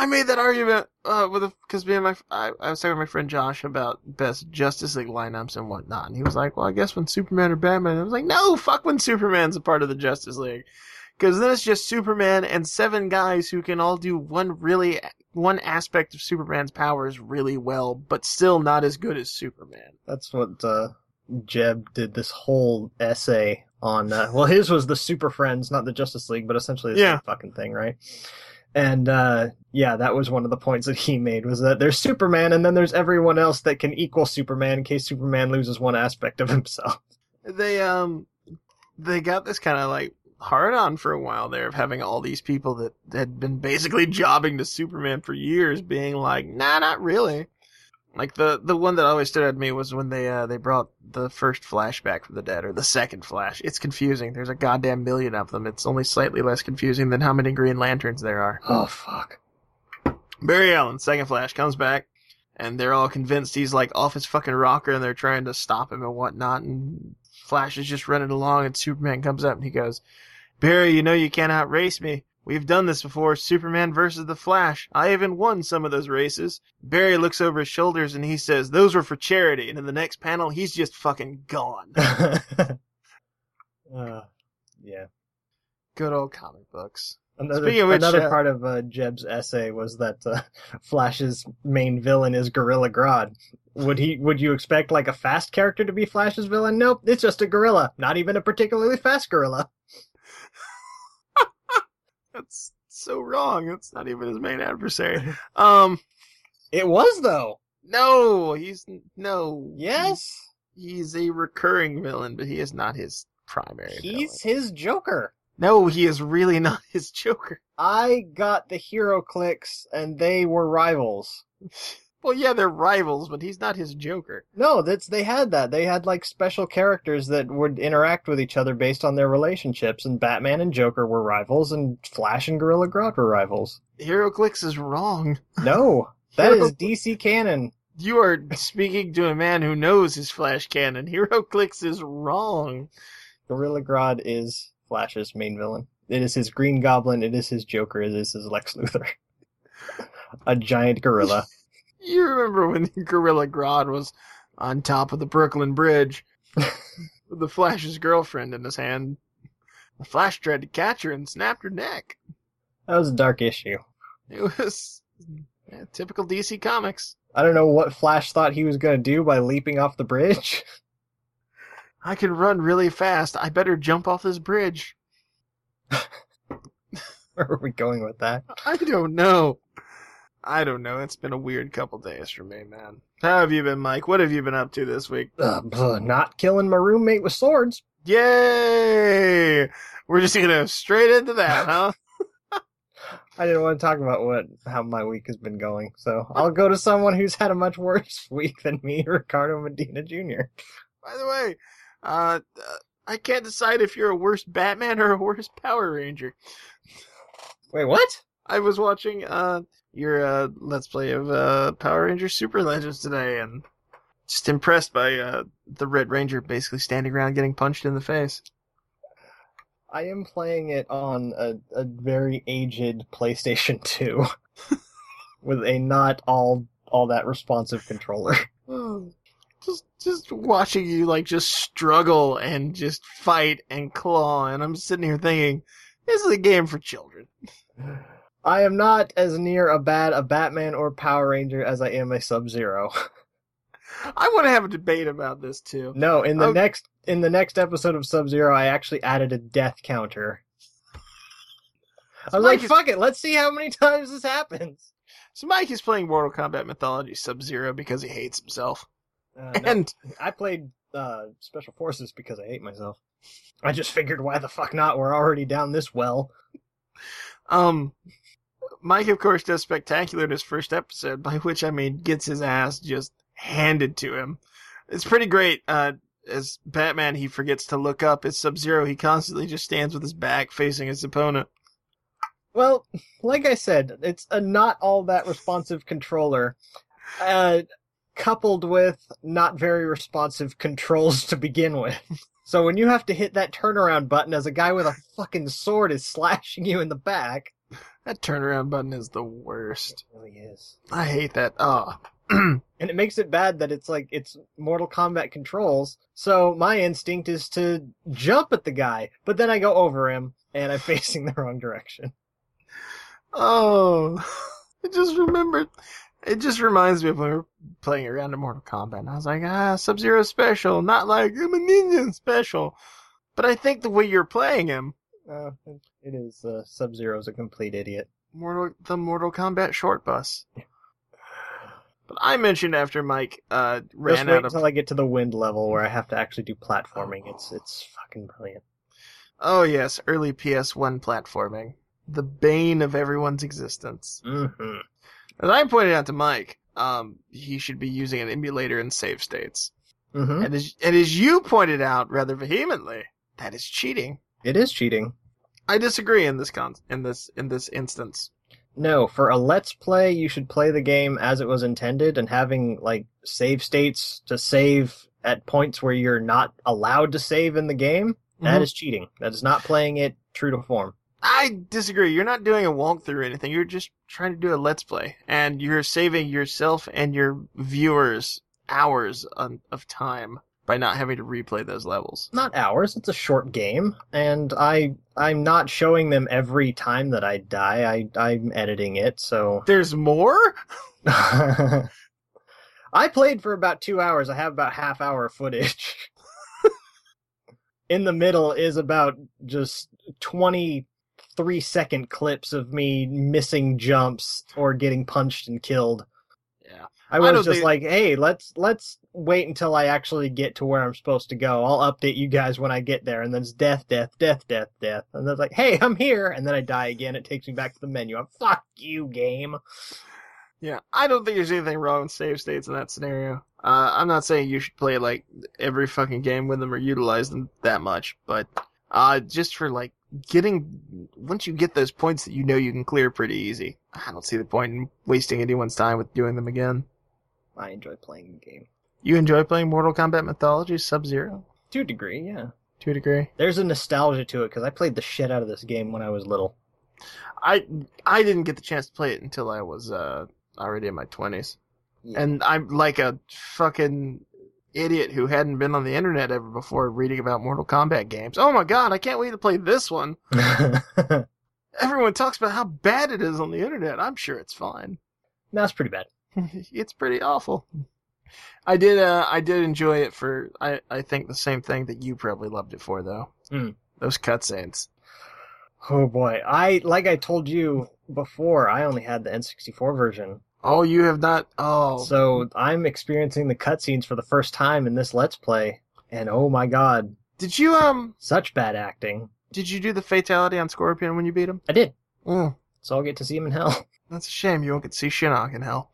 [SPEAKER 2] I made that argument uh, with because me and my I, I was talking to my friend Josh about best Justice League lineups and whatnot, and he was like, "Well, I guess when Superman or Batman." I was like, "No, fuck when Superman's a part of the Justice League, because then it's just Superman and seven guys who can all do one really one aspect of Superman's powers really well, but still not as good as Superman."
[SPEAKER 1] That's what uh Jeb did this whole essay on uh, well his was the Super Friends, not the Justice League, but essentially the
[SPEAKER 2] Yeah.
[SPEAKER 1] same fucking thing, right? And uh yeah, that was one of the points that he made was that there's Superman and then there's everyone else that can equal Superman in case Superman loses one aspect of himself.
[SPEAKER 2] they um they got this kind of like hard on for a while there of having all these people that had been basically jobbing to Superman for years being like, nah, not really. Like the the one that always stood out to me was when they uh, they brought the first flashback from the dead or the second flash. It's confusing. There's a goddamn million of them. It's only slightly less confusing than how many Green Lanterns there are.
[SPEAKER 1] Oh fuck.
[SPEAKER 2] Barry Allen, second Flash, comes back, and they're all convinced he's like off his fucking rocker, and they're trying to stop him and whatnot. And Flash is just running along, and Superman comes up and he goes, "Barry, you know you can't outrace me. We've done this before. Superman versus the Flash. I even won some of those races." Barry looks over his shoulders and he says, "Those were for charity." And in the next panel, he's just fucking gone.
[SPEAKER 1] uh, yeah.
[SPEAKER 2] Good old comic books.
[SPEAKER 1] Another,
[SPEAKER 2] Speaking of which,
[SPEAKER 1] another
[SPEAKER 2] uh,
[SPEAKER 1] part of uh, Jeb's essay was that uh, Flash's main villain is Gorilla Grodd. Would he? Would you expect like a fast character to be Flash's villain? Nope, it's just a gorilla. Not even a particularly fast gorilla.
[SPEAKER 2] That's so wrong. That's not even his main adversary. Um,
[SPEAKER 1] It was though.
[SPEAKER 2] no, he's no.
[SPEAKER 1] Yes,
[SPEAKER 2] he's a recurring villain, but he is not his primary villain.
[SPEAKER 1] he's his Joker.
[SPEAKER 2] No, he is really not his Joker.
[SPEAKER 1] I got the hero clicks, and they were rivals.
[SPEAKER 2] Well, yeah, they're rivals, but he's not his Joker.
[SPEAKER 1] No, that's they had that. They had like special characters that would interact with each other based on their relationships. And Batman and Joker were rivals, and Flash and Gorilla Grodd were rivals.
[SPEAKER 2] Heroclix is wrong.
[SPEAKER 1] No, That
[SPEAKER 2] Hero-
[SPEAKER 1] is DC canon.
[SPEAKER 2] You are speaking to a man who knows his Flash canon. HeroClix is wrong.
[SPEAKER 1] Gorilla Grodd is Flash's main villain. It is his Green Goblin. It is his Joker. It is his Lex Luthor. a giant gorilla.
[SPEAKER 2] You remember when Gorilla Grodd was on top of the Brooklyn Bridge with the Flash's girlfriend in his hand? The Flash tried to catch her and snapped her neck.
[SPEAKER 1] That was a dark issue.
[SPEAKER 2] It was yeah, typical DC Comics.
[SPEAKER 1] I don't know what Flash thought he was going to do by leaping off the bridge.
[SPEAKER 2] I can run really fast. I better jump off this bridge.
[SPEAKER 1] Where are we going with that?
[SPEAKER 2] I don't know. I don't know. It's been a weird couple days for me, man. How have you been, Mike? What have you been up to this week?
[SPEAKER 1] Uh, buh, not killing my roommate with swords.
[SPEAKER 2] Yay! We're just gonna go straight into that, huh?
[SPEAKER 1] I didn't want to talk about what how my week has been going, so I'll go to someone who's had a much worse week than me, Ricardo Medina Jr.
[SPEAKER 2] By the way, uh, uh, I can't decide if you're a worse Batman or a worse Power Ranger.
[SPEAKER 1] Wait, what?
[SPEAKER 2] I was watching uh your uh let's play of uh Power Rangers Super Legends today and just impressed by uh the Red Ranger basically standing around getting punched in the face.
[SPEAKER 1] I am playing it on a, a very aged PlayStation 2 with a not all all that responsive controller.
[SPEAKER 2] Hmm. Just just watching you like just struggle and just fight and claw and I'm sitting here thinking this is a game for children.
[SPEAKER 1] I am not as near a bad a Batman or Power Ranger as I am a Sub Zero.
[SPEAKER 2] I want to have a debate about this too.
[SPEAKER 1] No, in the
[SPEAKER 2] Oh.
[SPEAKER 1] next in the next episode of Sub Zero, I actually added a death counter. I was like,
[SPEAKER 2] Mike is-
[SPEAKER 1] "Fuck it, let's see how many times this happens."
[SPEAKER 2] So Mike is playing Mortal Kombat Mythology Sub-Zero because he hates himself.
[SPEAKER 1] Uh, no,
[SPEAKER 2] And
[SPEAKER 1] I played uh, Special Forces because I hate myself. I just figured, why the fuck not? We're already down this well.
[SPEAKER 2] Um, Mike, of course, does spectacular in his first episode, by which I mean gets his ass just handed to him. It's pretty great. Uh, as Batman, he forgets to look up. As Sub Zero, he constantly just stands with his back facing his opponent.
[SPEAKER 1] Well, like I said, it's a not all that responsive controller, uh, coupled with not very responsive controls to begin with. So when you have to hit that turnaround button as a guy with a fucking sword is slashing you in the back,
[SPEAKER 2] That turnaround button is the worst.
[SPEAKER 1] it really is.
[SPEAKER 2] I hate that. Ah,
[SPEAKER 1] And it makes it bad that it's like it's Mortal Kombat controls. So my instinct is to jump at the guy, but then I go over him and I'm facing the wrong direction.
[SPEAKER 2] oh. I just remembered. It just reminds me of when we were playing around in Mortal Kombat, and I was like, ah, Sub Zero special, not like I'm a ninja special. But I think the way you're playing him,
[SPEAKER 1] Uh, it is uh, Sub Zero's a complete idiot.
[SPEAKER 2] Mortal the Mortal Kombat short bus. But I mentioned after Mike uh,
[SPEAKER 1] Just
[SPEAKER 2] ran
[SPEAKER 1] wait
[SPEAKER 2] out of.
[SPEAKER 1] until I get to the wind level where I have to actually do platforming. It's it's fucking brilliant.
[SPEAKER 2] oh yes, early PS1 platforming, the bane of everyone's existence.
[SPEAKER 1] Mm-hmm.
[SPEAKER 2] As I pointed out to Mike, um, he should be using an emulator in save states.
[SPEAKER 1] Mm-hmm.
[SPEAKER 2] And as and as you pointed out rather vehemently, that is cheating.
[SPEAKER 1] It is cheating.
[SPEAKER 2] I disagree in this con- in this in this instance.
[SPEAKER 1] No, for a let's play, you should play the game as it was intended, and having like save states to save at points where you're not allowed to save in the game. That
[SPEAKER 2] Mhm.
[SPEAKER 1] is cheating. That is not playing it true to form.
[SPEAKER 2] I disagree. You're not doing a walkthrough or anything. You're just trying to do a let's play, and you're saving yourself and your viewers hours on, of time by not having to replay those levels.
[SPEAKER 1] Not hours. It's a short game, and I I'm not showing them every time that I die. I I'm editing it, so
[SPEAKER 2] There's more.
[SPEAKER 1] I played for about two hours. I have about half hour of footage. In the middle is about just 23 second clips of me missing jumps or getting punched and killed.
[SPEAKER 2] Yeah.
[SPEAKER 1] I
[SPEAKER 2] I
[SPEAKER 1] was
[SPEAKER 2] don't
[SPEAKER 1] just
[SPEAKER 2] think-
[SPEAKER 1] like, hey, let's let's wait until I actually get to where I'm supposed to go. I'll update you guys when I get there. And then it's death, death, death, death, death. And then it's like, hey, I'm here. And then I die again. It takes me back to the menu. I'm fuck you, game.
[SPEAKER 2] Yeah. I don't think there's anything wrong with save states in that scenario. Uh, I'm not saying you should play like every fucking game with them or utilize them that much, but uh, just for like getting once you get those points that you know you can clear pretty easy. I don't see the point in wasting anyone's time with doing them again.
[SPEAKER 1] I enjoy playing the game.
[SPEAKER 2] You enjoy playing Mortal Kombat Mythology Sub Zero
[SPEAKER 1] To a degree, yeah.
[SPEAKER 2] to a degree.
[SPEAKER 1] There's a nostalgia to it because I played the shit out of this game when I was little.
[SPEAKER 2] I I didn't get the chance to play it until I was uh already in my twenties,
[SPEAKER 1] Yeah.
[SPEAKER 2] and I'm like a fucking idiot who hadn't been on the internet ever before reading about Mortal Kombat games. Oh my god, I can't wait to play this one. Everyone talks about how bad it is on the internet. I'm sure it's fine.
[SPEAKER 1] That's pretty bad.
[SPEAKER 2] it's pretty awful. I did uh I did enjoy it for I I think the same thing that you probably loved it for though.
[SPEAKER 1] Mm.
[SPEAKER 2] Those cutscenes.
[SPEAKER 1] Oh boy, I like I told you before, I only had the N64 version,
[SPEAKER 2] Oh, you have not. Oh,
[SPEAKER 1] so I'm experiencing the cutscenes for the first time in this Let's Play, and oh my god,
[SPEAKER 2] did you um
[SPEAKER 1] such bad acting.
[SPEAKER 2] did you do the fatality on Scorpion when you beat him?
[SPEAKER 1] I did,
[SPEAKER 2] Mm,
[SPEAKER 1] so I'll get to see him in hell.
[SPEAKER 2] that's a shame. You won't get to see Shinnok in hell.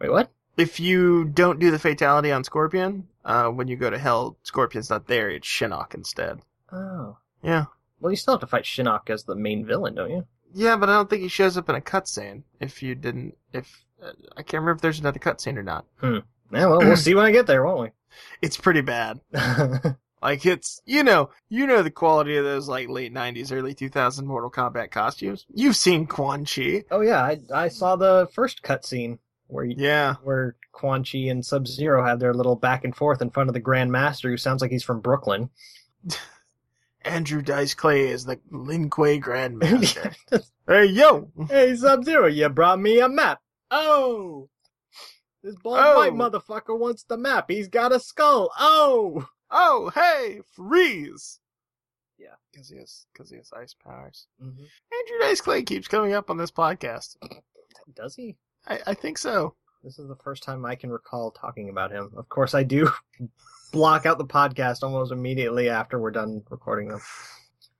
[SPEAKER 1] Wait, what?
[SPEAKER 2] If you don't do the fatality on Scorpion, uh, when you go to hell, Scorpion's not there. It's Shinnok instead.
[SPEAKER 1] Oh,
[SPEAKER 2] Yeah,
[SPEAKER 1] well, you still have to fight Shinnok as the main villain, don't you?
[SPEAKER 2] yeah, but I don't think he shows up in a cutscene. If you didn't, if uh, I can't remember if there's another cutscene or not.
[SPEAKER 1] Yeah, well, we'll see when I get there, won't
[SPEAKER 2] It's pretty bad.
[SPEAKER 1] we?
[SPEAKER 2] Like it's you know you know the quality of those like late '90s, early 2000 Mortal Kombat costumes. You've seen Quan Chi,
[SPEAKER 1] oh yeah, I, I saw the first cutscene where you,
[SPEAKER 2] yeah.
[SPEAKER 1] where Quan Chi and Sub Zero have their little back and forth in front of the Grand Master, who sounds like he's from Brooklyn.
[SPEAKER 2] Andrew Dice Clay is the Lin Kuei Grandmaster.
[SPEAKER 1] hey,
[SPEAKER 2] hey yo,
[SPEAKER 1] Sub Zero, you brought me a map. Oh, this bald
[SPEAKER 2] Oh.
[SPEAKER 1] white motherfucker wants the map. He's got a skull. Oh,
[SPEAKER 2] oh hey, freeze!
[SPEAKER 1] Yeah.
[SPEAKER 2] because he has because he has ice powers. Andrew Dice Clay keeps coming up on this podcast.
[SPEAKER 1] does he?
[SPEAKER 2] I, I think so.
[SPEAKER 1] This is the first time I can recall talking about him. Of course, I do block out the podcast almost immediately after we're done recording them.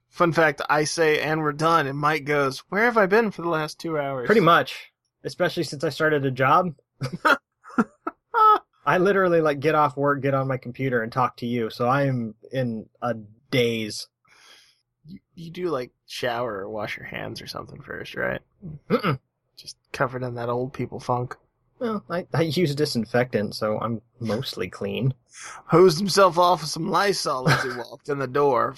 [SPEAKER 2] Fun fact: I say, and we're done. And Mike goes, "Where have I been for the last two hours?"
[SPEAKER 1] Pretty much, especially since I started a job.
[SPEAKER 2] Ah,
[SPEAKER 1] I literally like get off work, get on my computer, and talk to you. So I am in a daze.
[SPEAKER 2] you, you do like shower or wash your hands or something first, right?
[SPEAKER 1] Mm-mm.
[SPEAKER 2] just covered in that old people funk.
[SPEAKER 1] Well, I, I use disinfectant, so I'm mostly clean.
[SPEAKER 2] Hosed himself off with some Lysol as he walked in the door.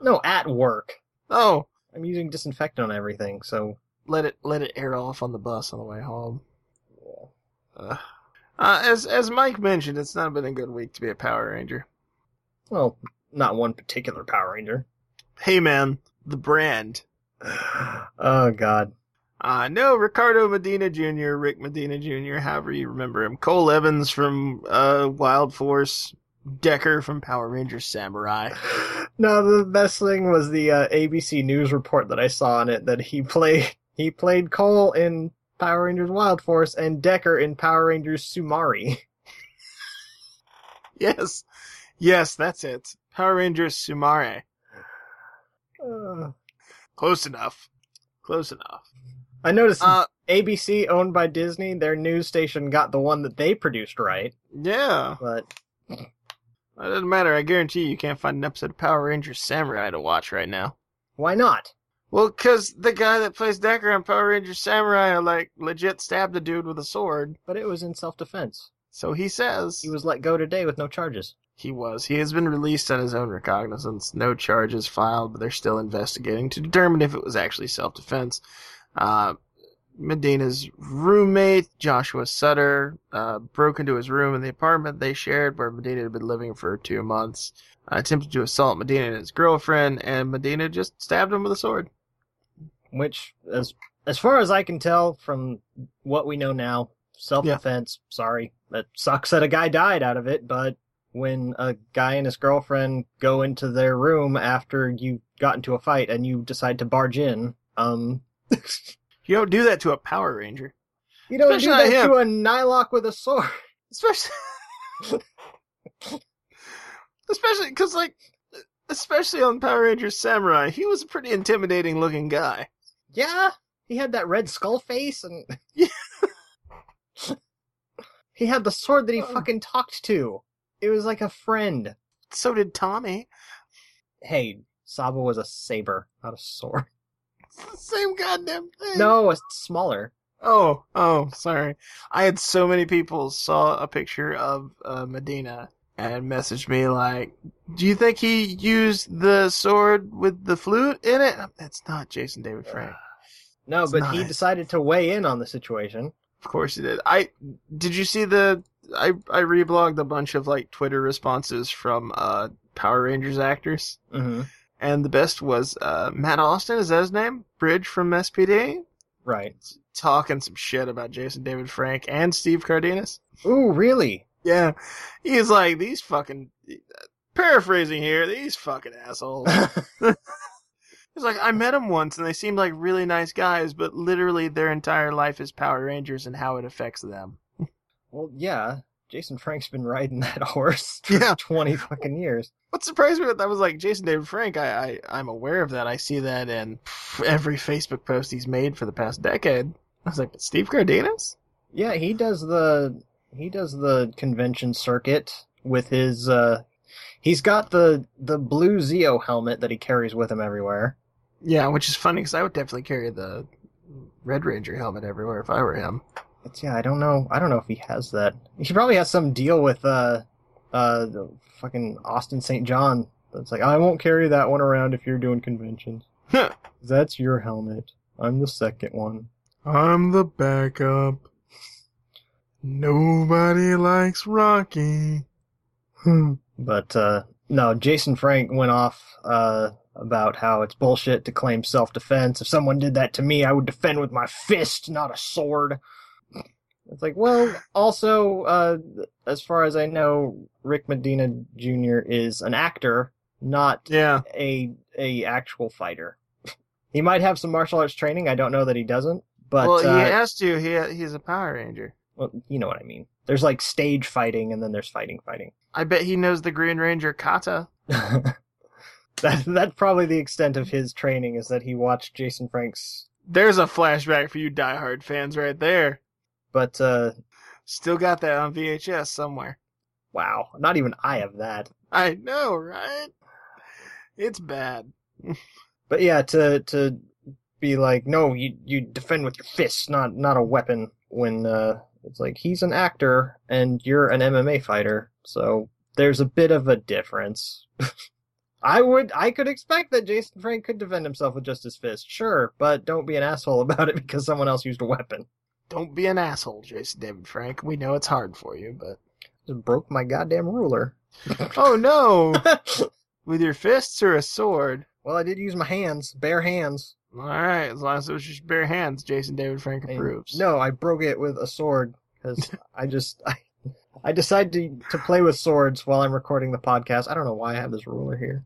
[SPEAKER 1] No, at work,
[SPEAKER 2] Oh,
[SPEAKER 1] I'm using disinfectant on everything. So
[SPEAKER 2] let it let it air off on the bus on the way home. Ugh. Uh, as as Mike mentioned, it's not been a good week to be a Power Ranger.
[SPEAKER 1] well, not one particular Power Ranger.
[SPEAKER 2] Hey man, the brand.
[SPEAKER 1] Oh God,
[SPEAKER 2] Uh, no, Ricardo Medina Jr., Rick Medina Jr., however you remember him. Cole Evans from uh, Wild Force, Decker from Power Rangers Samurai.
[SPEAKER 1] no. The best thing was the uh, ABC News report that I saw on it that he played he played Cole in Power Rangers Wild Force and Decker in Power Rangers Sumari.
[SPEAKER 2] Yes, yes, that's it. Power Rangers Sumare.
[SPEAKER 1] Uh,
[SPEAKER 2] Close enough. Close enough.
[SPEAKER 1] I noticed
[SPEAKER 2] Uh,
[SPEAKER 1] ABC owned by Disney, their news station got the one that they produced right,
[SPEAKER 2] yeah.
[SPEAKER 1] but
[SPEAKER 2] It doesn't matter. I guarantee you can't find an episode of Power Rangers Samurai to watch right now.
[SPEAKER 1] why not?
[SPEAKER 2] Well, 'cause the guy that plays Decker on Power Rangers Samurai, uh, like, legit stabbed a dude with a sword.
[SPEAKER 1] But it was in self defense.
[SPEAKER 2] So he says
[SPEAKER 1] He was let go today with no charges.
[SPEAKER 2] He was. He has been released on his own recognizance. No charges filed, but they're still investigating to determine if it was actually self defense. Uh, Medina's roommate, Joshua Sutter, uh, broke into his room in the apartment they shared where Medina had been living for two months, uh, attempted to assault Medina and his girlfriend, and Medina just stabbed him with a sword.
[SPEAKER 1] Which, as as far as I can tell from what we know now, self defense. Sorry, that sucks that a guy died out of it. But when a guy and his girlfriend go into their room after you got into a fight and you decide to barge in, um,
[SPEAKER 2] You don't do that to a Power Ranger.
[SPEAKER 1] you don't
[SPEAKER 2] Especially
[SPEAKER 1] do that
[SPEAKER 2] him.
[SPEAKER 1] to a Nylock with a sword.
[SPEAKER 2] especially especially because like especially on power rangers samurai he was a pretty intimidating looking guy
[SPEAKER 1] Yeah, he had that red skull face, and
[SPEAKER 2] Yeah.
[SPEAKER 1] he had the sword that he
[SPEAKER 2] Oh.
[SPEAKER 1] fucking talked to. It was like a friend.
[SPEAKER 2] so did tommy
[SPEAKER 1] Hey, Saba was a saber, not a sword.
[SPEAKER 2] It's the same goddamn thing.
[SPEAKER 1] No, it's smaller.
[SPEAKER 2] Oh, oh, sorry. I had so many people saw a picture of uh, Medina and messaged me like, "Do you think he used the sword with the flute in it?" That's not Jason David Frank.
[SPEAKER 1] No,
[SPEAKER 2] It's
[SPEAKER 1] but
[SPEAKER 2] not
[SPEAKER 1] he
[SPEAKER 2] it.
[SPEAKER 1] decided to weigh in on the situation.
[SPEAKER 2] Of course he did. I did you see the I I reblogged a bunch of like Twitter responses from uh Power Rangers actors.
[SPEAKER 1] hmm
[SPEAKER 2] And the best was uh Matt Austin, is that his name? Bridge from SPD?
[SPEAKER 1] Right.
[SPEAKER 2] Talking some shit about Jason David Frank and Steve Cardenas.
[SPEAKER 1] Ooh, really?
[SPEAKER 2] Yeah. He's like, these fucking paraphrasing here, these fucking assholes. It's like I met them once, and they seemed like really nice guys, but literally their entire life is Power Rangers and how it affects them.
[SPEAKER 1] well, yeah. Jason Frank's been riding that horse for
[SPEAKER 2] Yeah.
[SPEAKER 1] twenty fucking years.
[SPEAKER 2] What surprised me that was like Jason David Frank. I, I I'm aware of that. I see that in pff, every Facebook post he's made for the past decade. I was like, but Steve Cardenas?
[SPEAKER 1] Yeah, he does the he does the convention circuit with his. uh He's got the the blue Zeo helmet that he carries with him everywhere.
[SPEAKER 2] Yeah, which is funny because I would definitely carry the Red Ranger helmet everywhere if I were him.
[SPEAKER 1] It's, yeah, I don't know. I don't know if he has that. He probably has some deal with uh, uh, the fucking Austin St. John. That's like, I won't carry that one around if you're doing conventions.
[SPEAKER 2] Huh.
[SPEAKER 1] That's your helmet. I'm the second one.
[SPEAKER 2] I'm the backup. Nobody likes Rocky.
[SPEAKER 1] But uh, no, Jason Frank went off uh, about how it's bullshit to claim self-defense. If someone did that to me, I would defend with my fist, not a sword. It's like, well, also, uh, as far as I know, Rick Medina Jr. is an actor, not
[SPEAKER 2] Yeah.
[SPEAKER 1] a a actual fighter. he might have some martial arts training. I don't know that he doesn't, but
[SPEAKER 2] well,
[SPEAKER 1] uh,
[SPEAKER 2] he asked you. He he's a Power Ranger.
[SPEAKER 1] well, you know what I mean. There's like stage fighting, and then there's fighting fighting.
[SPEAKER 2] I bet he knows the Green Ranger kata.
[SPEAKER 1] that that's probably the extent of his training is that he watched Jason Franks.
[SPEAKER 2] There's a flashback for you diehard fans right there.
[SPEAKER 1] But uh,
[SPEAKER 2] Still got that on VHS somewhere.
[SPEAKER 1] wow, not even I have that.
[SPEAKER 2] I know, right? It's bad.
[SPEAKER 1] But yeah, to to be like, no, you you defend with your fists, not not a weapon. When uh, it's like he's an actor and you're an MMA fighter, so there's a bit of a difference. I would I could expect that Jason Frank could defend himself with just his fist, sure, but don't be an asshole about it because someone else used a weapon.
[SPEAKER 2] Don't be an asshole, Jason David Frank. We know it's hard for you, but
[SPEAKER 1] Just broke my goddamn ruler.
[SPEAKER 2] oh no, with your fists or a sword.
[SPEAKER 1] Well, I did use my hands, bare hands.
[SPEAKER 2] All right, as long as it was just bare hands, Jason David Frank
[SPEAKER 1] And
[SPEAKER 2] approves.
[SPEAKER 1] No, I broke it with a sword because I just I, I decide to to play with swords while I'm recording the podcast. I don't know why I have this ruler here.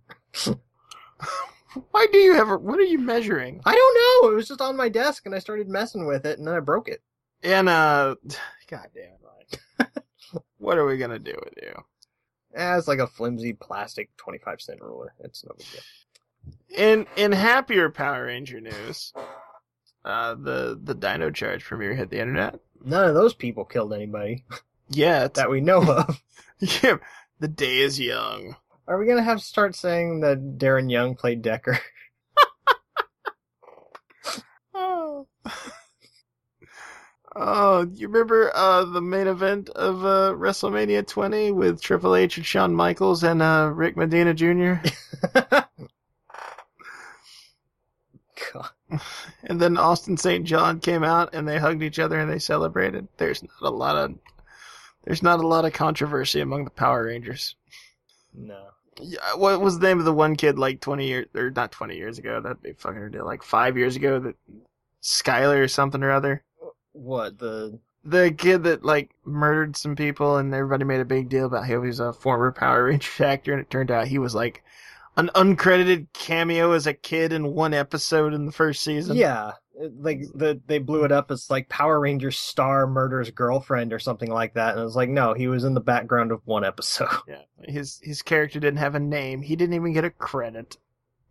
[SPEAKER 2] Why do you have? A, what are you measuring?
[SPEAKER 1] I don't know. It was just on my desk, and I started messing with it, and then I broke it.
[SPEAKER 2] And uh, God damn it! Mike. what are we gonna do with you?
[SPEAKER 1] Eh, it's like a flimsy plastic 25 cent ruler. It's no big deal.
[SPEAKER 2] In in happier Power Ranger news, uh, the the Dino Charge premiere hit the internet.
[SPEAKER 1] None of those people killed anybody
[SPEAKER 2] Yeah, it's-
[SPEAKER 1] that we know of.
[SPEAKER 2] yeah, the day is young.
[SPEAKER 1] Are we gonna have to start saying that Darren Young played Decker?
[SPEAKER 2] Oh, oh, you remember uh, the main event of uh, WrestleMania 20 with Triple H and Shawn Michaels and uh, Rick Medina Jr.
[SPEAKER 1] God.
[SPEAKER 2] and then Austin St. John came out and they hugged each other and they celebrated. There's not a lot of there's not a lot of controversy among the Power Rangers.
[SPEAKER 1] No.
[SPEAKER 2] Yeah, what was the name of the one kid like 20 years or not 20 years ago that'd be fucking ridiculous like five years ago that skylar or something or other
[SPEAKER 1] What the?
[SPEAKER 2] the kid that like murdered some people and everybody made a big deal about how he was a former power ranger actor and it turned out he was like an uncredited cameo as a kid in one episode in the first season
[SPEAKER 1] Yeah, it- like the they blew it up as like Power Rangers star murders girlfriend or something like that, and it was like, no, he was in the background of one episode.
[SPEAKER 2] yeah his his character didn't have a name he didn't even get a credit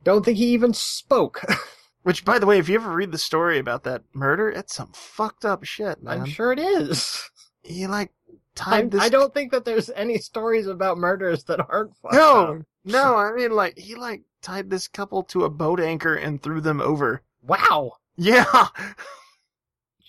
[SPEAKER 1] Don't think he even spoke.
[SPEAKER 2] which by the way if you ever read the story about that murder it's some fucked up shit man
[SPEAKER 1] I'm sure it is.
[SPEAKER 2] he like
[SPEAKER 1] I,
[SPEAKER 2] tied this
[SPEAKER 1] I don't think that there's any stories about murders that aren't. fucked
[SPEAKER 2] No,
[SPEAKER 1] up.
[SPEAKER 2] no, I mean like he like tied this couple to a boat anchor and threw them over.
[SPEAKER 1] Wow.
[SPEAKER 2] Yeah,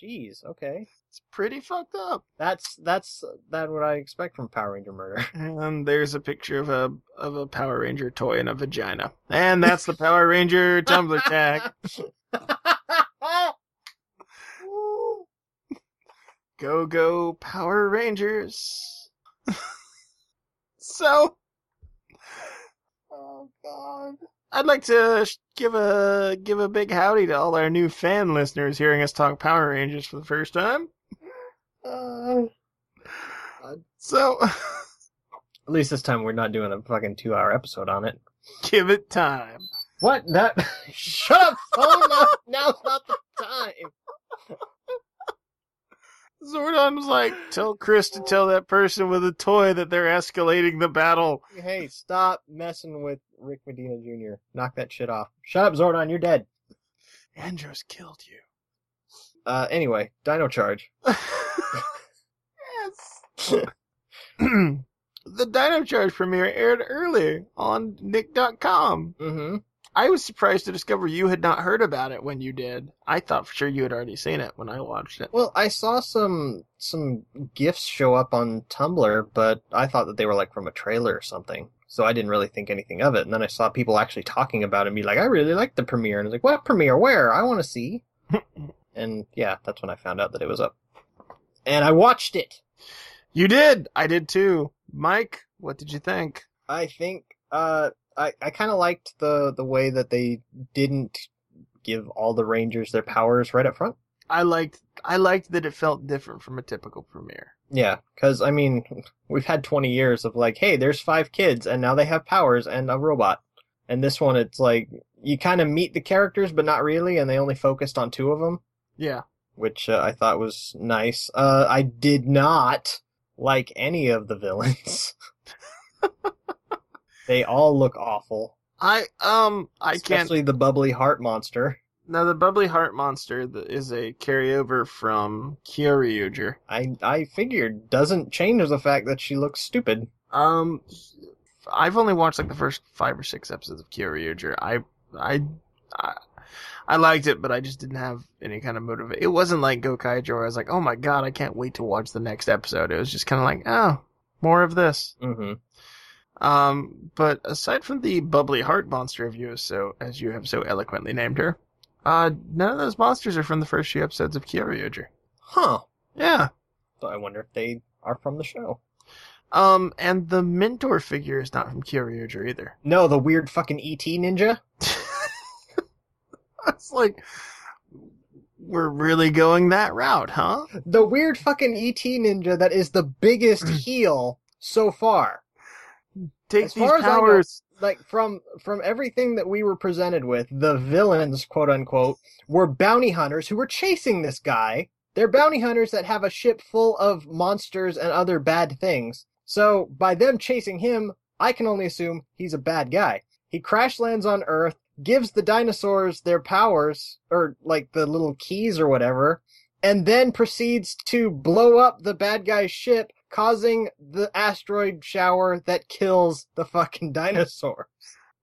[SPEAKER 1] Jeez. Okay.
[SPEAKER 2] it's pretty fucked up.
[SPEAKER 1] That's that's uh, that what I expect from Power Ranger murder.
[SPEAKER 2] And there's a picture of a of a Power Ranger toy and a vagina, and that's the Power Ranger Tumblr tag. Woo. Go go Power Rangers! so, oh god, I'd like to sh- give a give a big howdy to all our new fan listeners hearing us talk Power Rangers for the first time. Uh, so,
[SPEAKER 1] At least this time we're not doing a fucking two hour episode on it.
[SPEAKER 2] give it time.
[SPEAKER 1] What? That? Shut up, phone! No, now's not the time.
[SPEAKER 2] Zordon was like, "Tell Chris to tell that person with a toy that they're escalating the battle."
[SPEAKER 1] Hey, stop messing with Rick Medina Jr. Knock that shit off. Shut up, Zordon. You're dead.
[SPEAKER 2] Andros killed you.
[SPEAKER 1] Uh, anyway, Dino Charge.
[SPEAKER 2] yes. the Dino Charge premiere aired early on Nick.com.
[SPEAKER 1] Mm-hmm.
[SPEAKER 2] I was surprised to discover you had not heard about it when you did. I thought for sure you had already seen it when I watched it.
[SPEAKER 1] Well, I saw some some gifs show up on Tumblr, but I thought that they were like from a trailer or something. So I didn't really think anything of it. And then I saw people actually talking about it and be like, I really like the premiere. And I was like, what premiere? Where? I want to see. and yeah, that's when I found out that it was up. And I watched it.
[SPEAKER 2] You did. I did too. Mike, what did you think?
[SPEAKER 1] I think uh, I I kind of liked the the way that they didn't give all the Rangers their powers right up front.
[SPEAKER 2] I liked I liked that it felt different from a typical premiere.
[SPEAKER 1] Yeah, because I mean, we've had twenty years of like, hey, there's five kids, and now they have powers and a robot. And this one, it's like you kind of meet the characters, but not really, and they only focused on two of them,
[SPEAKER 2] Yeah.
[SPEAKER 1] which uh, I thought was nice. Uh, I did not like any of the villains. they all look awful.
[SPEAKER 2] I um I can't
[SPEAKER 1] especially the bubbly heart monster.
[SPEAKER 2] Now the bubbly heart monster th- is a carryover from Kyoryuger.
[SPEAKER 1] I I figured doesn't change the fact that she looks stupid.
[SPEAKER 2] Um, I've only watched like the first five or six episodes of Kyoryuger. I, I, I, I liked it, but I just didn't have any kind of motive. It wasn't like Gokaiger where I was like, oh my god, I can't wait to watch the next episode. It was just kind of like, oh, more of this.
[SPEAKER 1] Mm-hmm.
[SPEAKER 2] Um, but aside from the bubbly heart monster of you, so as you have so eloquently named her, uh, none of those monsters are from the first few episodes of Kyoryuger.
[SPEAKER 1] Huh.
[SPEAKER 2] Yeah.
[SPEAKER 1] So I wonder if they are from the show.
[SPEAKER 2] Um, and the mentor figure is not from Kyoryuger either.
[SPEAKER 1] No, the weird fucking ET ninja.
[SPEAKER 2] It's like, we're really going that route, huh?
[SPEAKER 1] The weird fucking ET ninja that is the biggest heel so far.
[SPEAKER 2] Take
[SPEAKER 1] As
[SPEAKER 2] these
[SPEAKER 1] far as I know-
[SPEAKER 2] powers.
[SPEAKER 1] Like from from everything that we were presented with, the villains, quote unquote, were bounty hunters who were chasing this guy. They're bounty hunters that have a ship full of monsters and other bad things. So by them chasing him, I can only assume he's a bad guy. He crash lands on Earth, gives the dinosaurs their powers, or like the little keys or whatever, and then proceeds to blow up the bad guy's ship, causing the asteroid shower that kills the fucking dinosaur.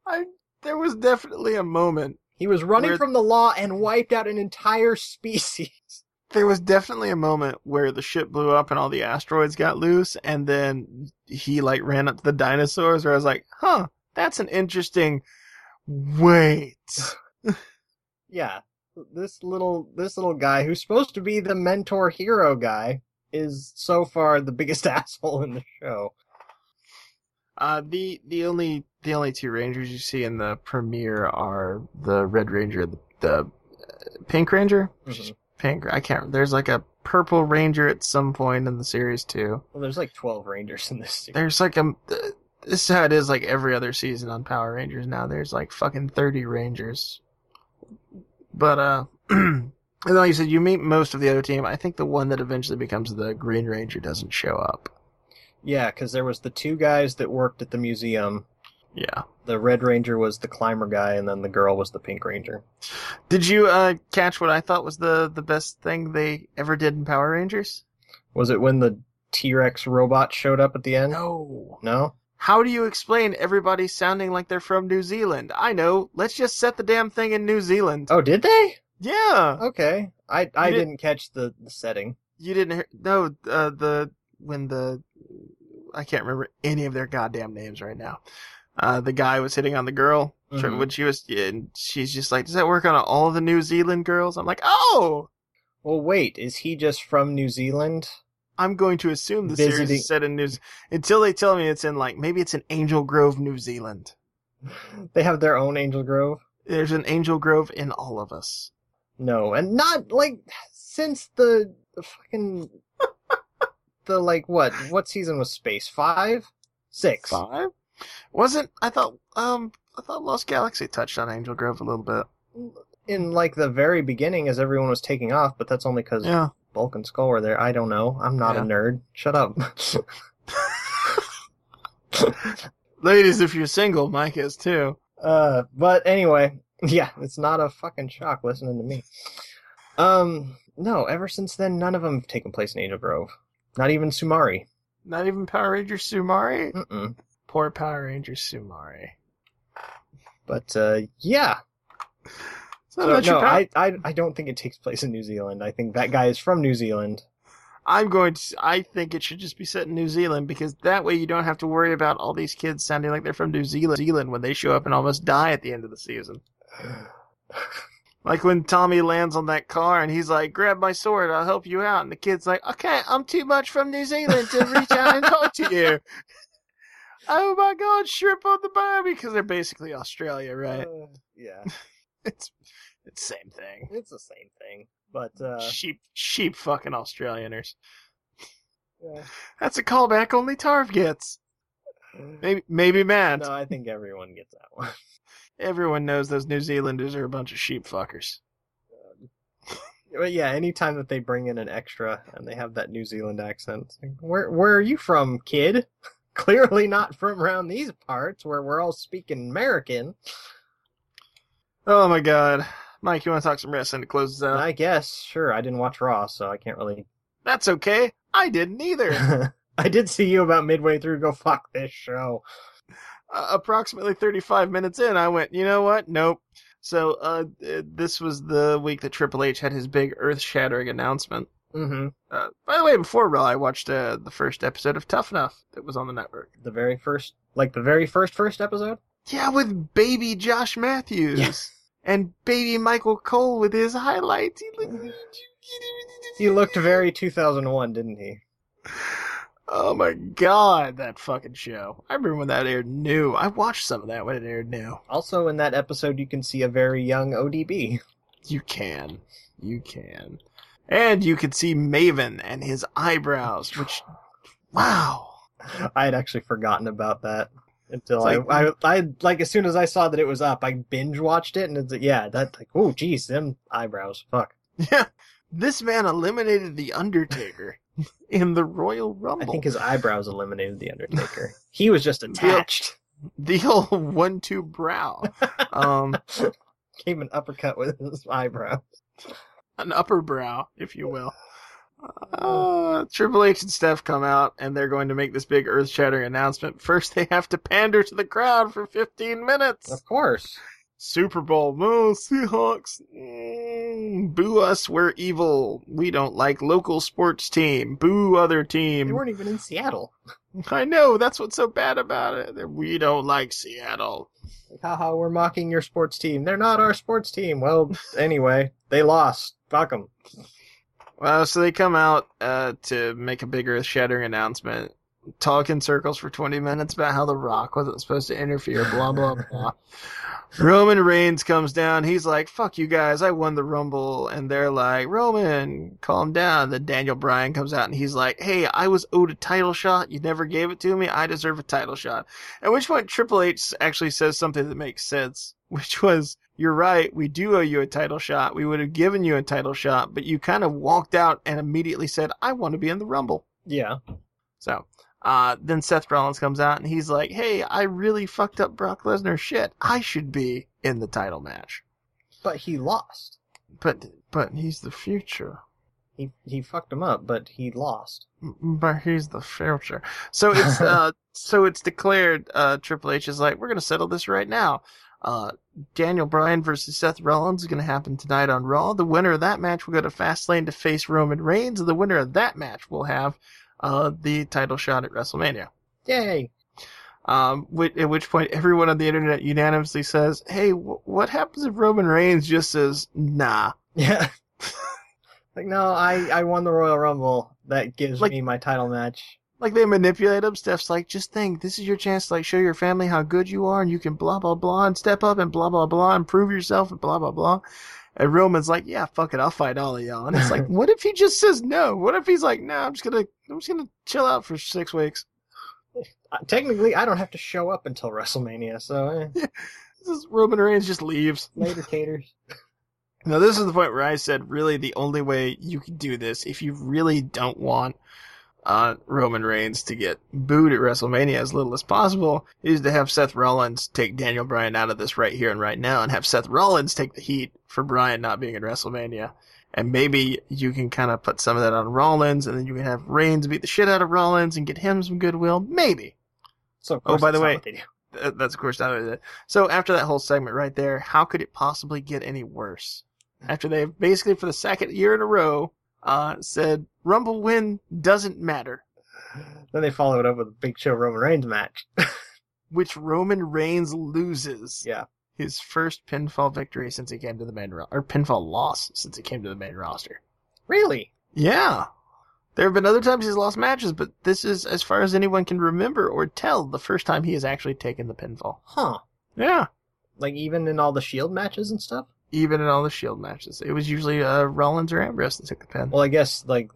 [SPEAKER 2] I, there was definitely a moment.
[SPEAKER 1] He was running
[SPEAKER 2] Where-
[SPEAKER 1] from the law and wiped out an entire species.
[SPEAKER 2] There was definitely a moment where the ship blew up and all the asteroids got loose, and then he like ran up to the dinosaurs. Where I was like, "Huh, that's an interesting." Wait,
[SPEAKER 1] yeah this little this little guy who's supposed to be the mentor hero guy is so far the biggest asshole in the show
[SPEAKER 2] uh, the the only the only two rangers you see in the premiere are the Red Ranger, the, the uh, Pink Ranger. She's pink. I can't. There's like a purple ranger at some point in the series too.
[SPEAKER 1] well there's like 12 rangers in this series
[SPEAKER 2] There's like a. This is how it is. Like every other season on Power Rangers now, there's like fucking thirty rangers. But uh, and like you said, you meet most of the other team. I think the one that eventually becomes the Green Ranger doesn't show up.
[SPEAKER 1] yeah because there was the two guys that worked at the museum
[SPEAKER 2] Yeah.
[SPEAKER 1] the red ranger was the climber guy and then the girl was the pink ranger
[SPEAKER 2] Did you uh catch what I thought was the the best thing they ever did in Power Rangers?
[SPEAKER 1] was it when the t-rex robot showed up at the end
[SPEAKER 2] No.
[SPEAKER 1] no
[SPEAKER 2] How do you explain everybody sounding like they're from New Zealand? I know. Let's just set the damn thing in New Zealand.
[SPEAKER 1] Oh, did they?
[SPEAKER 2] Yeah.
[SPEAKER 1] Okay. I I
[SPEAKER 2] You did-
[SPEAKER 1] didn't catch the, the setting.
[SPEAKER 2] You didn't hear? No. Uh, the when the I can't remember any of their goddamn names right now. Uh, the guy was hitting on the girl
[SPEAKER 1] Mhm.
[SPEAKER 2] when she was, and she's just like, "Does that work on all the New Zealand girls?" I'm like, "Oh,
[SPEAKER 1] Well, wait. Is he just from New Zealand?
[SPEAKER 2] I'm going to assume the series
[SPEAKER 1] Visiting-
[SPEAKER 2] is set in New Z- until they tell me it's in like maybe it's in Angel Grove, New Zealand.
[SPEAKER 1] They have their own Angel Grove.
[SPEAKER 2] There's an Angel Grove in all of us.
[SPEAKER 1] No, and not like since the, the fucking the like what what season was Space Five, Six?
[SPEAKER 2] Five? Wasn't I thought um I thought Lost Galaxy touched on Angel Grove a little bit.
[SPEAKER 1] In like the very beginning, as everyone was taking off, but that's only because
[SPEAKER 2] Yeah.
[SPEAKER 1] Bulk and Skull were there. I don't know. I'm not
[SPEAKER 2] Yeah.
[SPEAKER 1] a nerd. Shut up.
[SPEAKER 2] Ladies, if you're single, Mike is too.
[SPEAKER 1] Uh, but anyway, yeah, it's not a fucking shock listening to me. Um, no, ever since then, none of them have taken place in Angel Grove. Not even Sumari.
[SPEAKER 2] Not even Power Ranger Sumari?
[SPEAKER 1] Mm-mm.
[SPEAKER 2] Poor Power Ranger Sumari.
[SPEAKER 1] But uh, yeah,
[SPEAKER 2] So
[SPEAKER 1] So,
[SPEAKER 2] that's your
[SPEAKER 1] no,
[SPEAKER 2] power-
[SPEAKER 1] I, I, I don't think it takes place in New Zealand. I think that guy is from New Zealand.
[SPEAKER 2] I'm going to. I think it should just be set in New Zealand because that way you don't have to worry about all these kids sounding like they're from New Zealand, Zealand when they show up and almost die at the end of the season. Like when Tommy lands on that car and he's like, "Grab my sword, I'll help you out," and the kid's like, "Okay, I'm too much from New Zealand to reach out and talk to you." oh my God, shrimp on the barbie because they're basically Australia, right?
[SPEAKER 1] Uh, yeah,
[SPEAKER 2] It's it's same thing.
[SPEAKER 1] it's the same thing. But uh,
[SPEAKER 2] sheep sheep fucking Australianers.
[SPEAKER 1] yeah.
[SPEAKER 2] That's a callback only Tarv gets. Maybe maybe Matt.
[SPEAKER 1] no, I think everyone gets that one.
[SPEAKER 2] Everyone knows those New Zealanders are a bunch of sheep fuckers.
[SPEAKER 1] But yeah, anytime that they bring in an extra and they have that New Zealand accent, it's like, where where are you from, kid? Clearly not from around these parts where we're all speaking American.
[SPEAKER 2] Oh my god. Mike, you want to talk some wrestling to close this out?
[SPEAKER 1] I guess sure. I didn't watch Raw, so I can't really.
[SPEAKER 2] That's okay. I didn't either. uh,
[SPEAKER 1] I did see you about midway through. Go fuck this show.
[SPEAKER 2] approximately 35 minutes in, I went, you know what? Nope. So, uh, uh, this was the week that Triple H had his big earth shattering announcement.
[SPEAKER 1] Mm-hmm.
[SPEAKER 2] Uh, by the way, before Raw, I watched uh, the first episode of Tough Enough that was on the network.
[SPEAKER 1] The very first, like the very first first episode.
[SPEAKER 2] Yeah, with baby Josh Matthews
[SPEAKER 1] Yeah.
[SPEAKER 2] and baby Michael Cole with his highlights. He looked,
[SPEAKER 1] He looked very 2001, didn't he?
[SPEAKER 2] Oh my god, that fucking show. I remember when that aired new. I watched some of that when it aired new.
[SPEAKER 1] Also, in that episode, you can see a very young ODB.
[SPEAKER 2] You can. You can. And you could see Maven and his eyebrows, which. Wow.
[SPEAKER 1] I had actually forgotten about that until
[SPEAKER 2] It's
[SPEAKER 1] I, I, I, like, as soon as I saw that it was up, I binge watched it, and it's like, yeah, that, like, oh, geez, them eyebrows, fuck.
[SPEAKER 2] Yeah. This man eliminated The Undertaker in the Royal
[SPEAKER 1] I
[SPEAKER 2] Rumble.
[SPEAKER 1] think his eyebrows eliminated the Undertaker. he was just attached.
[SPEAKER 2] the old one two brow. um,
[SPEAKER 1] Gave an uppercut with his eyebrow.
[SPEAKER 2] an upper brow, if you will. Uh, Triple H and Steph come out, and they're going to make this big earth-shattering announcement. First, they have to pander to the crowd for 15 minutes.
[SPEAKER 1] Of course.
[SPEAKER 2] Super Bowl, no Seahawks, mm, boo us, we're evil. We don't like local sports team. Boo other
[SPEAKER 1] They
[SPEAKER 2] team.
[SPEAKER 1] weren't even in Seattle.
[SPEAKER 2] I know that's what's so bad about it. that We don't like Seattle.
[SPEAKER 1] Like, haha, we're mocking your sports team. They're not our sports team. Well, anyway, they lost. Fuck 'em.
[SPEAKER 2] Well, so they come out uh, to make a big earth-shattering announcement, talk in circles for 20 minutes about how The Rock wasn't supposed to interfere, blah, blah, blah. Roman Reigns comes down. He's like, fuck you guys, I won the Rumble. And they're like, Roman, calm down. Then Daniel Bryan comes out and he's like, hey, I was owed a title shot. You never gave it to me. I deserve a title shot. At which point, Triple H actually says something that makes sense, which was, You're right, we do owe you a title shot. We would have given you a title shot, but you kind of walked out and immediately said, I want to be in the Rumble.
[SPEAKER 1] Yeah.
[SPEAKER 2] So, uh, then Seth Rollins comes out and he's like, Hey, I really fucked up Brock Lesnar's shit. I should be in the title match.
[SPEAKER 1] But he lost.
[SPEAKER 2] But, but he's the future.
[SPEAKER 1] He he fucked him up, but he lost.
[SPEAKER 2] But he's the future. So it's uh, so it's declared. Uh, Triple H is like, we're gonna settle this right now. Uh, Daniel Bryan versus Seth Rollins is gonna happen tonight on Raw. The winner of that match will go to Fastlane to face Roman Reigns. The winner of that match will have uh, the title shot at WrestleMania.
[SPEAKER 1] Yay!
[SPEAKER 2] Um, which, at which point everyone on the internet unanimously says, "Hey, wh- what happens if Roman Reigns just says, nah,
[SPEAKER 1] Yeah. like no, I I won the Royal Rumble. That gives
[SPEAKER 2] Like-
[SPEAKER 1] me my title match.
[SPEAKER 2] Like they manipulate him. Steph's like, just think, this is your chance to like show your family how good you are, and you can blah blah blah, and step up and blah blah blah, and prove yourself and blah blah blah. And Roman's like, yeah, fuck it, I'll fight all of y'all. And it's like, what if he just says no? What if he's like, no, I'm just gonna, I'm just gonna chill out for six weeks.
[SPEAKER 1] Uh, Technically, I don't have to show up until WrestleMania, so eh,
[SPEAKER 2] This is Roman Reigns just leaves.
[SPEAKER 1] later, taters.
[SPEAKER 2] Now this is the point where I said, really, the only way you can do this if you really don't want uh, Roman Reigns to get booed at WrestleMania as little as possible is to have Seth Rollins take Daniel Bryan out of this right here and right now, and have Seth Rollins take the heat for Bryan not being at WrestleMania. And maybe you can kind of put some of that on Rollins, and then you can have Reigns beat the shit out of Rollins and get him some goodwill. Maybe.
[SPEAKER 1] So of
[SPEAKER 2] Oh,
[SPEAKER 1] course
[SPEAKER 2] by the
[SPEAKER 1] that's not
[SPEAKER 2] way-
[SPEAKER 1] what they do.
[SPEAKER 2] Th- That's of course not what it is. So after that whole segment right there, how could it possibly get any worse? After they have basically for the second year in a row uh, said Rumble win doesn't matter,
[SPEAKER 1] then they follow it up with a Big Show Roman Reigns match.
[SPEAKER 2] which Roman Reigns loses.
[SPEAKER 1] Yeah.
[SPEAKER 2] His first pinfall victory since he came to the main ro- or pinfall loss since he came to the main roster.
[SPEAKER 1] really?
[SPEAKER 2] Yeah. There have been other times he's lost matches, but this is, as far as anyone can remember or tell, the first time he has actually taken the pinfall.
[SPEAKER 1] Huh?
[SPEAKER 2] Yeah.
[SPEAKER 1] Like even in all the Shield matches and stuff.
[SPEAKER 2] even in all the Shield matches. It was usually uh, Rollins or Ambrose that took the pin.
[SPEAKER 1] Well, I guess like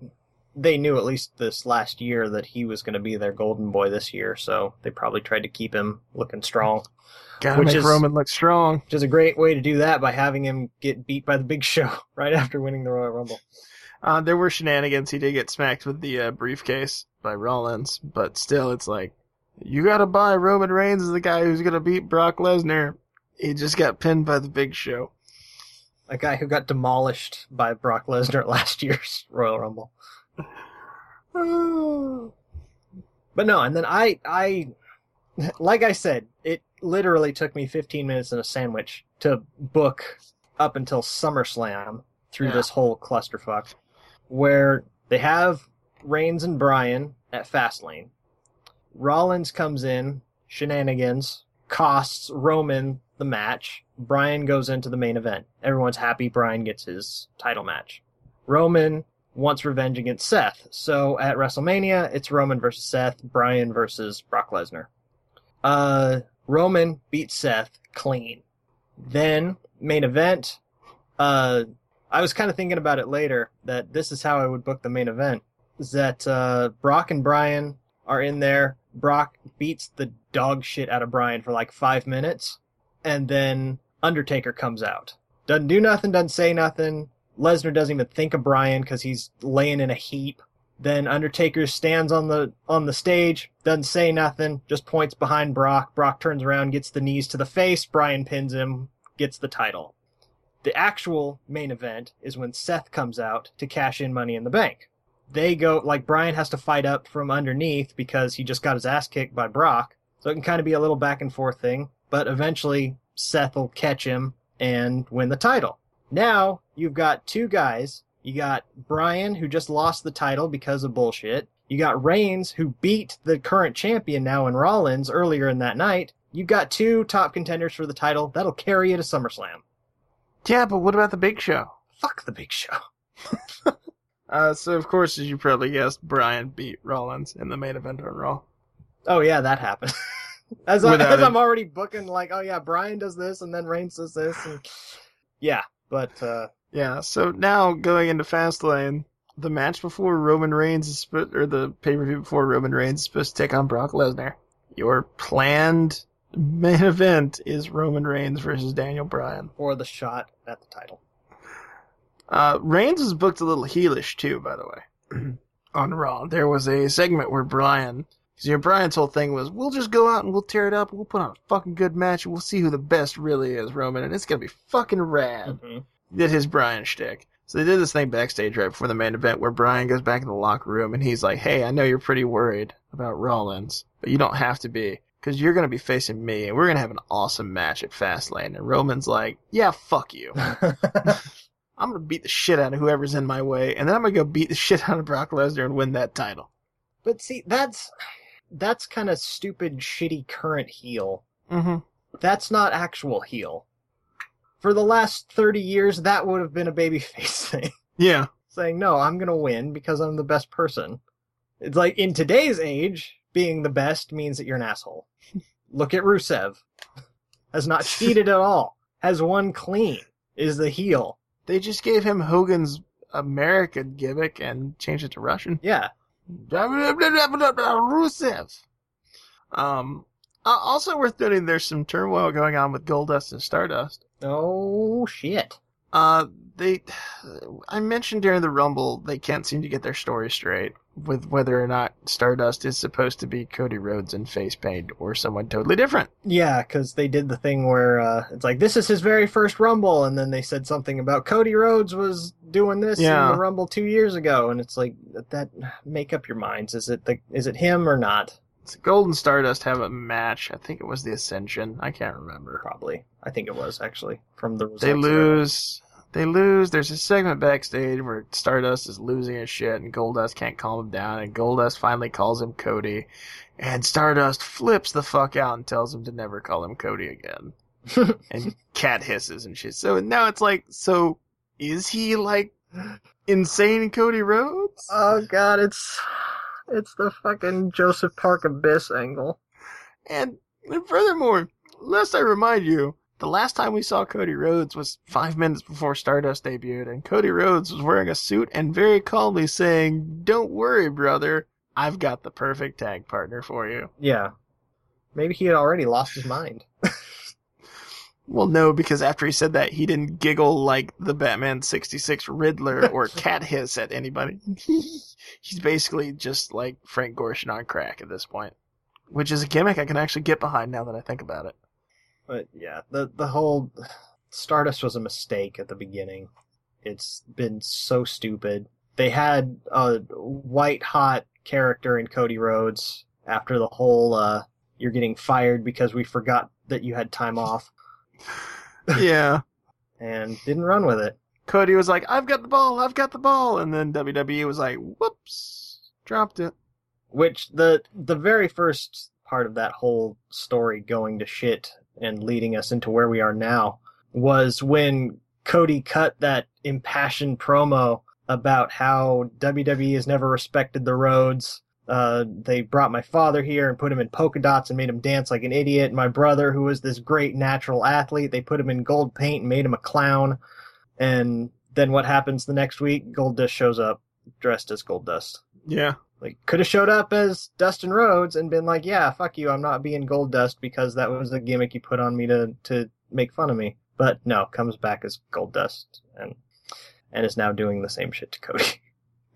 [SPEAKER 1] they knew at least this last year that he was going to be their golden boy this year, so they probably tried to keep him looking strong,
[SPEAKER 2] Gotta
[SPEAKER 1] which
[SPEAKER 2] make
[SPEAKER 1] is-
[SPEAKER 2] Roman look strong.
[SPEAKER 1] which is a great way to do that by having him get beat by the Big Show right after winning the Royal Rumble.
[SPEAKER 2] Uh, there were shenanigans. He did get smacked with the uh, briefcase by Rollins, but still, it's like you gotta buy Roman Reigns as the guy who's gonna beat Brock Lesnar. He just got pinned by the Big Show.
[SPEAKER 1] A guy who got demolished by Brock Lesnar at last year's Royal Rumble. But no, and then I, I, like I said, it literally took me 15 minutes and a sandwich to book up until SummerSlam through
[SPEAKER 2] Yeah.
[SPEAKER 1] this whole clusterfuck, where they have Reigns and Bryan at Fastlane. Rollins comes in, shenanigans, costs Roman the match. Bryan goes into the main event. Everyone's happy. Bryan gets his title match. Roman wants revenge against Seth. So at WrestleMania, it's Roman versus Seth, Bryan versus Brock Lesnar. Uh, Roman beats Seth clean. Then main event. Uh, I was kind of thinking about it later that this is how I would book the main event. Is that uh, Brock and Bryan are in there. Brock beats the dog shit out of Bryan for like five minutes, and then Undertaker comes out. Doesn't do nothing. Doesn't say nothing. Lesnar doesn't even think of Bryan because he's laying in a heap. Then Undertaker stands on the on the stage, doesn't say nothing, just points behind Brock. Brock turns around, gets the knees to the face. Bryan pins him, gets the title. The actual main event is when Seth comes out to cash in Money in the Bank. They go like Bryan has to fight up from underneath because he just got his ass kicked by Brock. So it can kind of be a little back and forth thing, but eventually Seth will catch him and win the title. Now you've got two guys. You got Brian, who just lost the title because of bullshit. You got Reigns, who beat the current champion now in Rollins earlier in that night. You've got two top contenders for the title. That'll carry you to SummerSlam.
[SPEAKER 2] Yeah, but what about the Big Show?
[SPEAKER 1] Fuck the big show.
[SPEAKER 2] Uh, so of course, as you probably guessed, Brian beat Rollins in the main event on Raw.
[SPEAKER 1] Oh, yeah, that happened. as, I,
[SPEAKER 2] Without
[SPEAKER 1] as
[SPEAKER 2] it.
[SPEAKER 1] I'm already booking, like, oh, yeah, Brian does this, and then Reigns does this. And... Yeah, but uh,
[SPEAKER 2] Yeah, so now going into Fastlane, the match before Roman Reigns is sp- or the pay per view before Roman Reigns is supposed to take on Brock Lesnar. Your planned main event is Roman Reigns versus Daniel Bryan.
[SPEAKER 1] for the shot at the title.
[SPEAKER 2] Uh, Reigns was booked a little heelish too, by the way. on Raw, there was a segment where Bryan, because you know, Bryan's whole thing was, "We'll just go out and we'll tear it up. We'll put on a fucking good match. and We'll see who the best really is, Roman, and it's gonna be fucking rad."
[SPEAKER 1] Mhm.
[SPEAKER 2] did his Brian shtick. So they did this thing backstage right before the main event where Brian goes back in the locker room and he's like, "Hey, I know you're pretty worried about Rollins, but you don't have to be because you're gonna be facing me and we're gonna have an awesome match at Fastlane." And Roman's like, "Yeah, fuck you. I'm gonna beat the shit out of whoever's in my way, and then I'm gonna go beat the shit out of Brock Lesnar and win that title."
[SPEAKER 1] but see, that's that's kind of stupid, shitty current heel.
[SPEAKER 2] Mm-hmm.
[SPEAKER 1] That's not actual heel. For the last thirty years, that would have been a babyface thing.
[SPEAKER 2] Yeah.
[SPEAKER 1] saying no i'm going to win because i'm the best person it's like in today's age being the best means that you're an asshole look at rusev has not cheated at all has won clean is the heel
[SPEAKER 2] They just gave him Hogan's American gimmick and changed it to Russian.
[SPEAKER 1] yeah
[SPEAKER 2] Rusev. Um, uh, also worth noting, there's some turmoil going on with Goldust and Stardust.
[SPEAKER 1] oh shit
[SPEAKER 2] Uh, they, I mentioned during the Rumble, they can't seem to get their story straight with whether or not Stardust is supposed to be Cody Rhodes in face paint or someone totally different.
[SPEAKER 1] yeah because they did the thing where uh, it's like this is his very first rumble and then they said something about cody rhodes was doing this
[SPEAKER 2] Yeah.
[SPEAKER 1] in the rumble two years ago and it's like that make up your minds is it the is it him or not
[SPEAKER 2] So Gold and Stardust have a match. I think it was the Ascension. I can't remember.
[SPEAKER 1] probably i think it was actually from the results
[SPEAKER 2] They
[SPEAKER 1] there.
[SPEAKER 2] lose. They lose. There's a segment backstage where Stardust is losing his shit, and Goldust can't calm him down, and Goldust finally calls him Cody, and Stardust flips the fuck out and tells him to never call him Cody again. and cat hisses and shit. So now it's like, so is he like insane Cody Rhodes?
[SPEAKER 1] Oh god, it's it's the fucking Joseph Park abyss angle.
[SPEAKER 2] And, and furthermore, lest I remind you, the last time we saw Cody Rhodes was five minutes before Stardust debuted, and Cody Rhodes was wearing a suit and very calmly saying, Don't worry, brother, I've got the perfect tag partner for you.
[SPEAKER 1] Yeah. Maybe he had already lost his mind.
[SPEAKER 2] Well, no, because after he said that, he didn't giggle like the Batman 66 Riddler or cat hiss at anybody. He's basically just like Frank Gorshin on crack at this point, which is a gimmick I can actually get behind now that I think about it.
[SPEAKER 1] But yeah, the the whole Stardust was a mistake at the beginning. It's been so stupid. They had a white hot character in Cody Rhodes after the whole uh you're getting fired because we forgot that you had time off
[SPEAKER 2] Yeah.
[SPEAKER 1] and didn't run with it.
[SPEAKER 2] Cody was like, I've got the ball, I've got the ball. And then WWE was like, whoops, dropped it.
[SPEAKER 1] which the the very first part of that whole story going to shit and leading us into where we are now was when Cody cut that impassioned promo about how WWE has never respected the roads. Uh, they brought my father here and put him in polka dots and made him dance like an idiot. And my brother, who was this great natural athlete, they put him in gold paint and made him a clown. And then what happens the next week? Gold Dust shows up dressed as Gold Dust.
[SPEAKER 2] Yeah.
[SPEAKER 1] Like, could have showed up as Dustin Rhodes and been like, "Yeah, fuck you, I'm not being Gold Dust because that was a gimmick you put on me to to make fun of me." But no, comes back as Gold Dust and and is now doing the same shit to Cody.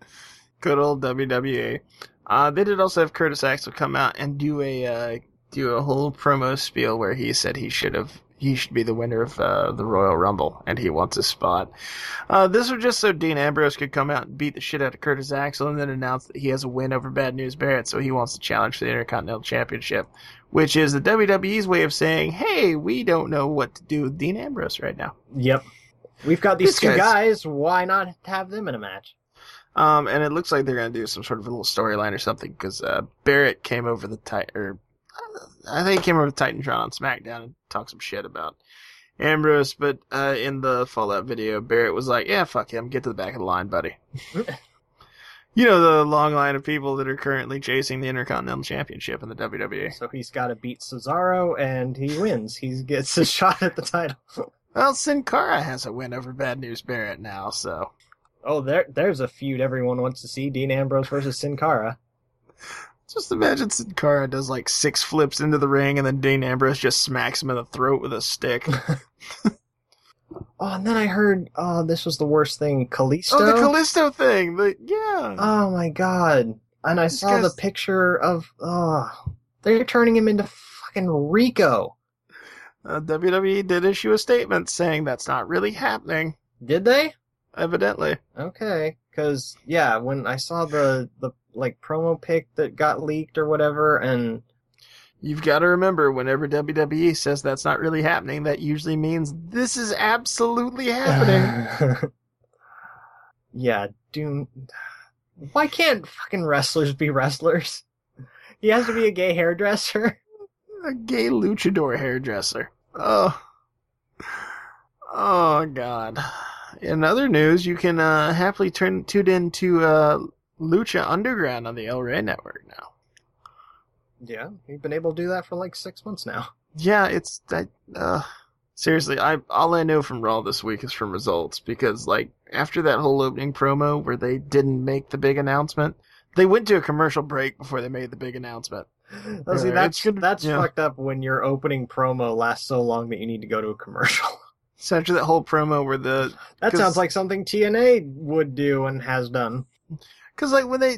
[SPEAKER 2] Good old WWE. Uh, they did also have Curtis Axel come out and do a uh, do a whole promo spiel where he said he should have he should be the winner of uh, the Royal Rumble and he wants a spot. Uh, this was just so Dean Ambrose could come out and beat the shit out of Curtis Axel and then announce that he has a win over Bad News Barrett, so he wants to challenge for the Intercontinental Championship, which is the WWE's way of saying, "Hey, we don't know what to do with Dean Ambrose right now."
[SPEAKER 1] Yep, we've got these
[SPEAKER 2] This
[SPEAKER 1] two
[SPEAKER 2] guy's-
[SPEAKER 1] guys. Why not have them in a match?
[SPEAKER 2] Um, and it looks like they're gonna do some sort of a little storyline or something because uh, Barrett came over the Titan, or uh, I think he came over the Titantron on SmackDown and talked some shit about Ambrose. But uh, in the Fallout video, Barrett was like, "Yeah, fuck him, get to the back of the line, buddy." you know the long line of people that are currently chasing the Intercontinental Championship in the E. WWE.
[SPEAKER 1] So he's got to beat Cesaro, and he wins. He gets a shot at the title.
[SPEAKER 2] Well, Sin Cara has a win over Bad News Barrett now, so
[SPEAKER 1] Oh, there there's a feud everyone wants to see: Dean Ambrose versus Sin Cara.
[SPEAKER 2] Just imagine Sin Cara does like six flips into the ring, and then Dean Ambrose just smacks him in the throat with a stick.
[SPEAKER 1] Oh, and then I heard, oh, this was the worst thing. Kalisto.
[SPEAKER 2] Oh, the Callisto thing. The yeah.
[SPEAKER 1] Oh my god. And I
[SPEAKER 2] This
[SPEAKER 1] saw the
[SPEAKER 2] guy's-
[SPEAKER 1] picture of oh they're turning him into fucking Rico.
[SPEAKER 2] E Uh, WWE did issue a statement saying that's not really happening.
[SPEAKER 1] Did they?
[SPEAKER 2] evidently.
[SPEAKER 1] Okay, because yeah, when I saw the the like promo pic that got leaked or whatever, and
[SPEAKER 2] You've got to remember, whenever WWE says that's not really happening, that usually means this is absolutely happening.
[SPEAKER 1] yeah, Doom. Why can't fucking wrestlers be wrestlers? He has to be a gay hairdresser.
[SPEAKER 2] A gay luchador hairdresser. Oh. Oh, God. In other news, you can uh, happily turn tune into uh, Lucha Underground on the El Rey Network now.
[SPEAKER 1] Yeah, we've been able to do that for like six months now.
[SPEAKER 2] Yeah, it's I, uh, seriously. I all I know from Raw this week is from results because like after that whole opening promo where they didn't make the big announcement, they went to a commercial break before they made the big announcement.
[SPEAKER 1] Well, see,
[SPEAKER 2] Yeah,
[SPEAKER 1] that's
[SPEAKER 2] it's good-
[SPEAKER 1] that's
[SPEAKER 2] yeah.
[SPEAKER 1] fucked up when your opening promo lasts so long that you need to go to a commercial.
[SPEAKER 2] So after that whole promo where the
[SPEAKER 1] That
[SPEAKER 2] 'Cause-
[SPEAKER 1] sounds like something TNA would do and has done.
[SPEAKER 2] because like when they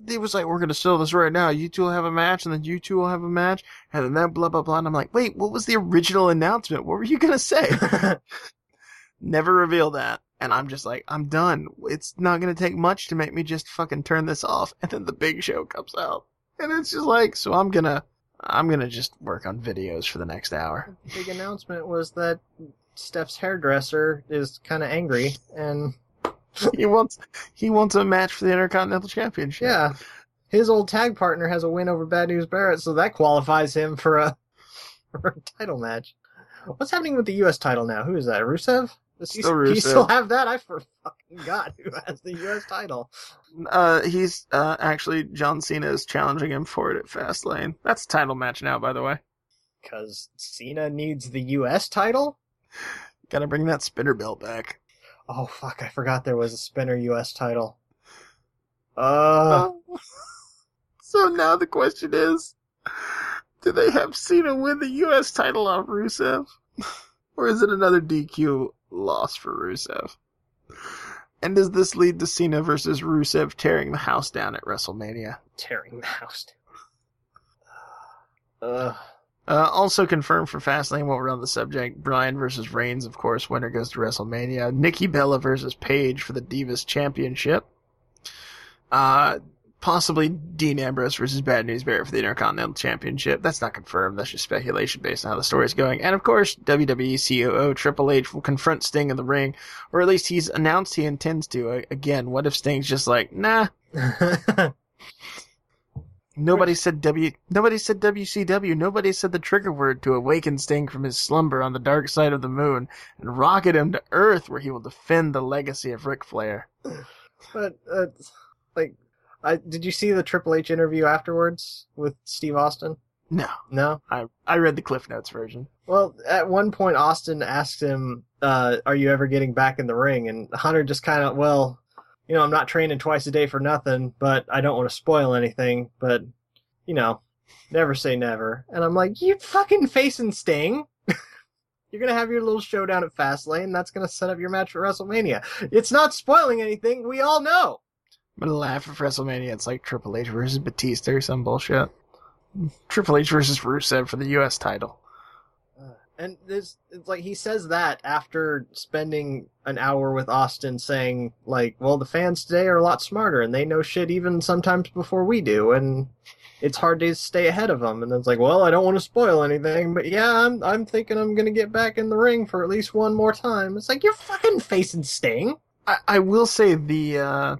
[SPEAKER 2] they was like we're gonna sell this right now. You two will have a match, and then you two will have a match, and then that blah blah blah. And I'm like, wait, what was the original announcement? What were you gonna say? Never reveal that. And I'm just like, I'm done. It's not gonna take much to make me just fucking turn this off. And then the big show comes out. And it's just like, so I'm gonna, I'm gonna just work on videos for the next hour.
[SPEAKER 1] big announcement was that Steph's hairdresser is kind of angry, and
[SPEAKER 2] he wants, he wants a match for the Intercontinental Championship.
[SPEAKER 1] yeah, his old tag partner has a win over Bad News Barrett, so that qualifies him for a, for a title match. What's happening with the U.S. title now? Who is that? Rusev? Does he,
[SPEAKER 2] Still
[SPEAKER 1] do you
[SPEAKER 2] Rusev.
[SPEAKER 1] still have that? I for fucking got who has the U.S. title.
[SPEAKER 2] Uh, he's, uh, actually, John Cena is challenging him for it at Fastlane. That's a title match now, by the way.
[SPEAKER 1] Because Cena needs the U.S. title.
[SPEAKER 2] Gotta bring that spinner belt back.
[SPEAKER 1] Oh fuck! I forgot there was a Spinner U.S. title. Uh,
[SPEAKER 2] so now the question is, do they have Cena win the U.S. title off Rusev, or is it another DQ loss for Rusev? And does this lead to Cena versus Rusev tearing the house down at WrestleMania?
[SPEAKER 1] tearing the house down. Uh,
[SPEAKER 2] Uh, also confirmed for Fastlane while we're on the subject, Bryan versus Reigns, of course, winner goes to WrestleMania. Nikki Bella versus Paige for the Divas Championship. Uh, possibly Dean Ambrose versus Bad News Barrett for the Intercontinental Championship. That's not confirmed. That's just speculation based on how the story's going. And of course, E WWE COO Triple H will confront Sting in the ring, or at least he's announced he intends to. A- Again, what if Sting's just like, nah, Nobody said W. Nobody said WCW. Nobody said the trigger word to awaken Sting from his slumber on the dark side of the moon and rocket him to Earth, where he will defend the legacy of Ric Flair.
[SPEAKER 1] but uh, like, I did you see the Triple H interview afterwards with Steve Austin?
[SPEAKER 2] No,
[SPEAKER 1] No.
[SPEAKER 2] I I read the Cliff Notes version.
[SPEAKER 1] Well, at one point, Austin asked him, uh, "Are you ever getting back in the ring?" And Hunter just kind of, well, you know, I'm not training twice a day for nothing, but I don't want to spoil anything. But you know, never say never. And I'm like, you fucking facing Sting. You're gonna have your little showdown at Fastlane. That's gonna set up your match for WrestleMania. It's not spoiling anything. We all know.
[SPEAKER 2] I'm gonna laugh at WrestleMania. It's like Triple H versus Batista or some bullshit. Triple H versus Rusev for the U.S. title.
[SPEAKER 1] And this, it's like he says that after spending an hour with Austin saying, like, well, the fans today are a lot smarter and they know shit even sometimes before we do, and it's hard to stay ahead of them. And it's like, well, I don't want to spoil anything, but yeah, I'm, I'm thinking I'm going to get back in the ring for at least one more time. It's like, you're fucking facing Sting.
[SPEAKER 2] I, I will say the uh,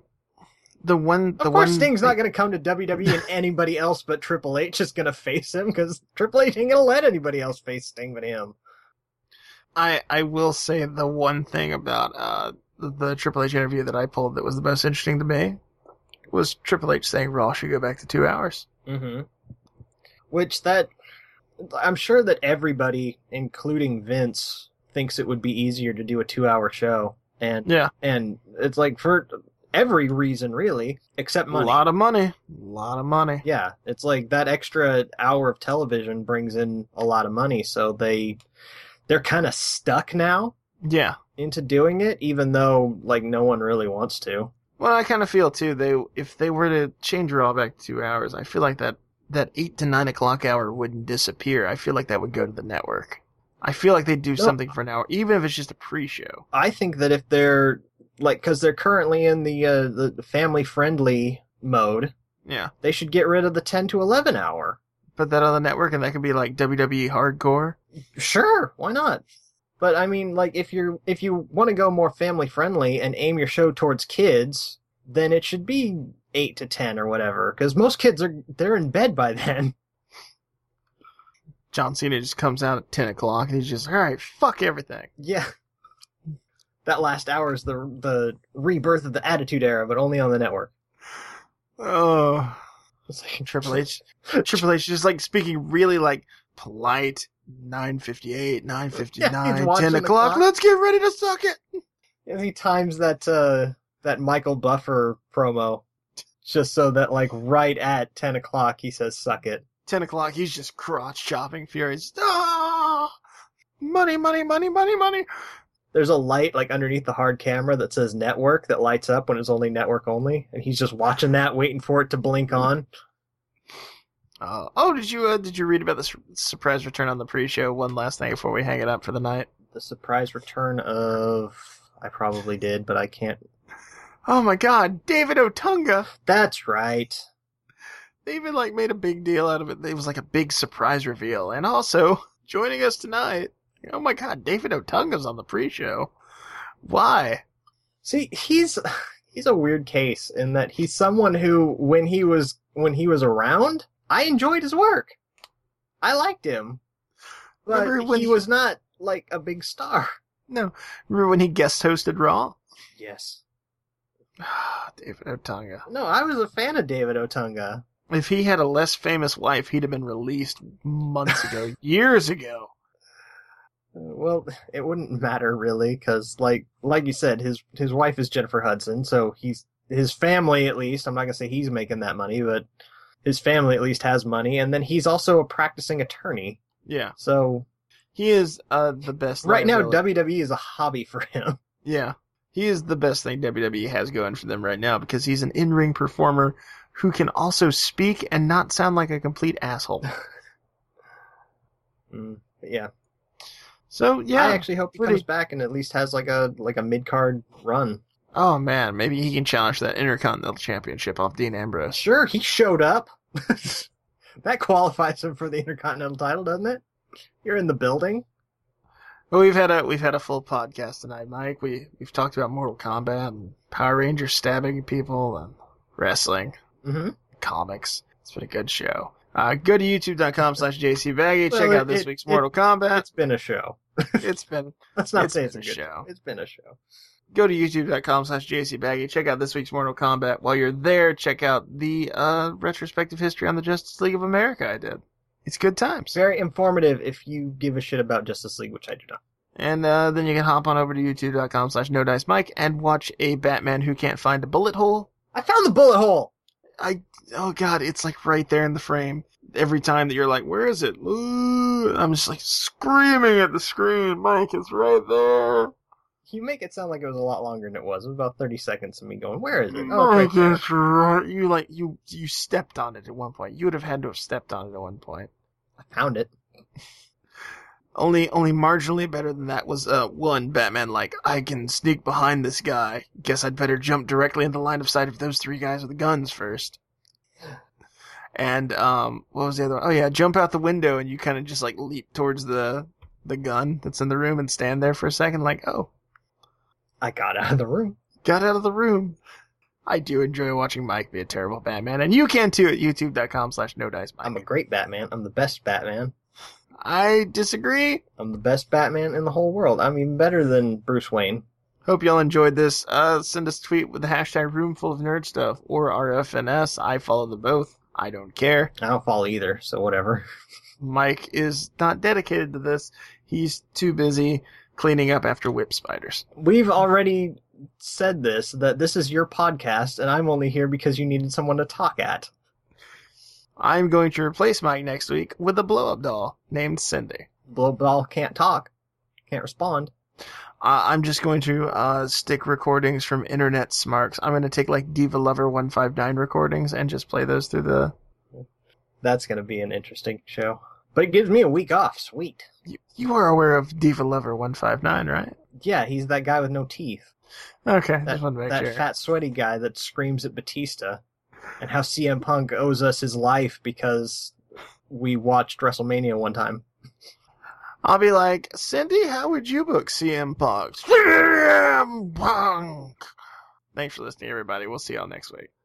[SPEAKER 2] the one
[SPEAKER 1] Of
[SPEAKER 2] the
[SPEAKER 1] course,
[SPEAKER 2] one
[SPEAKER 1] Sting's not going to come to WWE and anybody else but Triple H is going to face him because Triple H ain't going to let anybody else face Sting but him.
[SPEAKER 2] I I will say the one thing about uh the, the Triple H interview that I pulled that was the most interesting to me was Triple H saying Raw should go back to two hours.
[SPEAKER 1] hmm Which that I'm sure that everybody, including Vince, thinks it would be easier to do a two-hour show, and
[SPEAKER 2] Yeah,
[SPEAKER 1] and it's like for every reason really, except
[SPEAKER 2] a
[SPEAKER 1] money.
[SPEAKER 2] lot of money, a lot of money.
[SPEAKER 1] Yeah, it's like that extra hour of television brings in a lot of money, so they they're kind of stuck now
[SPEAKER 2] Yeah.
[SPEAKER 1] into doing it, even though like no one really wants to.
[SPEAKER 2] Well, I kind of feel too. They if they were to change Raw back to two hours, I feel like that that eight to nine o'clock hour wouldn't disappear. I feel like that would go to the network. I feel like they'd do
[SPEAKER 1] No.
[SPEAKER 2] something for an hour, even if it's just a pre-show.
[SPEAKER 1] I think that if they're like because they're currently in the uh, the family friendly mode.
[SPEAKER 2] Yeah,
[SPEAKER 1] They should get rid of the ten to eleven hour.
[SPEAKER 2] put that on the network, and that could be like WWE Hardcore.
[SPEAKER 1] Sure, why not? But I mean, like if you're if you want to go more family friendly and aim your show towards kids, then it should be eight to ten or whatever. Because most kids are they're in bed by then.
[SPEAKER 2] John Cena just comes out at ten o'clock, and he's just all right. Fuck everything.
[SPEAKER 1] Yeah. That last hour is the the rebirth of the Attitude Era, but only on the network.
[SPEAKER 2] Oh,
[SPEAKER 1] It's like,
[SPEAKER 2] Triple H. Triple H just like speaking really like polite. 958, 959,
[SPEAKER 1] watching
[SPEAKER 2] 10
[SPEAKER 1] the
[SPEAKER 2] o'clock.
[SPEAKER 1] clock.
[SPEAKER 2] Let's get ready to suck it.
[SPEAKER 1] Any times that uh, that Michael Buffer promo, just so that like right at ten o'clock he says "suck it."
[SPEAKER 2] 10 o'clock, he's just crotch chopping furious. Ah! Money, money, money, money, money.
[SPEAKER 1] There's a light like underneath the hard camera that says "network" that lights up when it's only network only, and he's just watching that, waiting for it to blink on.
[SPEAKER 2] Uh, oh, did you uh, did you read about the sur- surprise return on the pre-show? One last thing before we hang it up for the night.
[SPEAKER 1] The surprise return of I probably did, but I can't.
[SPEAKER 2] Oh my God, David Otunga.
[SPEAKER 1] That's right.
[SPEAKER 2] They even like made a big deal out of it. It was like a big surprise reveal. And also joining us tonight. Oh my God, David Otunga's on the pre-show. Why?
[SPEAKER 1] See, he's he's a weird case in that he's someone who when he was when he was around, I enjoyed his work. I liked him. But
[SPEAKER 2] Remember when
[SPEAKER 1] he
[SPEAKER 2] he-
[SPEAKER 1] was not like a big star.
[SPEAKER 2] Remember when he guest hosted Raw?
[SPEAKER 1] Yes.
[SPEAKER 2] David Otunga.
[SPEAKER 1] No, I was a fan of David Otunga.
[SPEAKER 2] If he had a less famous wife, he'd have been released months ago, years ago.
[SPEAKER 1] Uh, Well, it wouldn't matter really cuz like like you said his his wife is Jennifer Hudson, so he's his family at least, I'm not going to say he's making that money, but his family at least has money and then he's also a practicing attorney.
[SPEAKER 2] Yeah,
[SPEAKER 1] So
[SPEAKER 2] he is uh, the best
[SPEAKER 1] right now
[SPEAKER 2] liability-
[SPEAKER 1] WWE is a hobby for him.
[SPEAKER 2] yeah, he is the best thing WWE has going for them right now because he's an in-ring performer who can also speak and not sound like a complete asshole.
[SPEAKER 1] Mm, but yeah.
[SPEAKER 2] So yeah,
[SPEAKER 1] I actually hope he
[SPEAKER 2] pretty-
[SPEAKER 1] comes back and at least has like a like a mid card run.
[SPEAKER 2] oh man, maybe he can challenge that Intercontinental Championship off Dean Ambrose.
[SPEAKER 1] Uh, Sure, he showed up. that qualifies him for the Intercontinental title, doesn't it? You're in the building.
[SPEAKER 2] But we've had a we've had a full podcast tonight, Mike. We we've talked about Mortal Kombat and Power Rangers stabbing people and wrestling.
[SPEAKER 1] Mm-hmm.
[SPEAKER 2] comics. It's been a good show. Uh, go to youtube.com slash jcbaggy.
[SPEAKER 1] Well,
[SPEAKER 2] Check
[SPEAKER 1] it-
[SPEAKER 2] out this
[SPEAKER 1] it-
[SPEAKER 2] week's
[SPEAKER 1] it-
[SPEAKER 2] Mortal Kombat.
[SPEAKER 1] It's been a show.
[SPEAKER 2] It's been
[SPEAKER 1] Let's not
[SPEAKER 2] It's
[SPEAKER 1] say
[SPEAKER 2] been
[SPEAKER 1] it's a
[SPEAKER 2] a
[SPEAKER 1] good
[SPEAKER 2] show.
[SPEAKER 1] show. It's been a show.
[SPEAKER 2] go to youtube.com slash jcbaggy. Check out this week's Mortal Kombat. While you're there, check out the uh, retrospective history on the Justice League of America I did. It's good times.
[SPEAKER 1] Very informative if you give a shit about Justice League, which I do not.
[SPEAKER 2] And uh, then you can hop on over to youtube.com slash no dice mike and watch a Batman who can't find a bullet hole.
[SPEAKER 1] I found the bullet hole.
[SPEAKER 2] Oh god, it's like right there in the frame. Every time that you're like, where is it? Ooh, I'm just like screaming at the screen, Mike, it's right there.
[SPEAKER 1] You make it sound like it was a lot longer than it was. It was about thirty seconds of me going, "Where is it?" Oh,
[SPEAKER 2] Mike,
[SPEAKER 1] it's right there.
[SPEAKER 2] it's right. You like you you stepped on it at one point. You would have had to have stepped on it at one point.
[SPEAKER 1] I found it.
[SPEAKER 2] Only only marginally better than that was uh one Batman like I can sneak behind this guy. Guess I'd better jump directly in the line of sight of those three guys with the guns first. And um what was the other one? Oh yeah, jump out the window and you kind of just like leap towards the the gun that's in the room and stand there for a second like, "Oh,
[SPEAKER 1] I got out of the room.
[SPEAKER 2] got out of the room. I do enjoy watching Mike be a terrible Batman, and you can too at youtube.com slash no dice
[SPEAKER 1] I'm a
[SPEAKER 2] Mike.
[SPEAKER 1] great Batman. I'm the best Batman.
[SPEAKER 2] I disagree.
[SPEAKER 1] I'm the best Batman in the whole world. I'm even better than Bruce Wayne.
[SPEAKER 2] Hope y'all enjoyed this. Uh, send us a tweet with the hashtag room full of nerd stuff or RFNS. I follow them both. I don't care.
[SPEAKER 1] I don't fall either, so whatever.
[SPEAKER 2] Mike is not dedicated to this. He's too busy cleaning up after whip spiders.
[SPEAKER 1] We've already said this that this is your podcast, and I'm only here because you needed someone to talk at.
[SPEAKER 2] I'm going to replace Mike next week with a blow up doll named Cindy.
[SPEAKER 1] Blowball can't talk, can't respond.
[SPEAKER 2] Uh, I'm just going to uh, stick recordings from internet smarks. I'm going to take like Diva Lover 159 recordings and just play those through the.
[SPEAKER 1] That's going to be an interesting show. But it gives me a week off. Sweet.
[SPEAKER 2] You, you are aware of Diva Lover 159, right?
[SPEAKER 1] Yeah, he's that guy with no teeth.
[SPEAKER 2] Okay,
[SPEAKER 1] That,
[SPEAKER 2] just wanted to make
[SPEAKER 1] that
[SPEAKER 2] sure.
[SPEAKER 1] fat, sweaty guy that screams at Batista and how CM Punk owes us his life because we watched WrestleMania one time.
[SPEAKER 2] I'll be like, Cindy, how would you book CM Punk? CM Punk! Thanks for listening, everybody. We'll see y'all next week.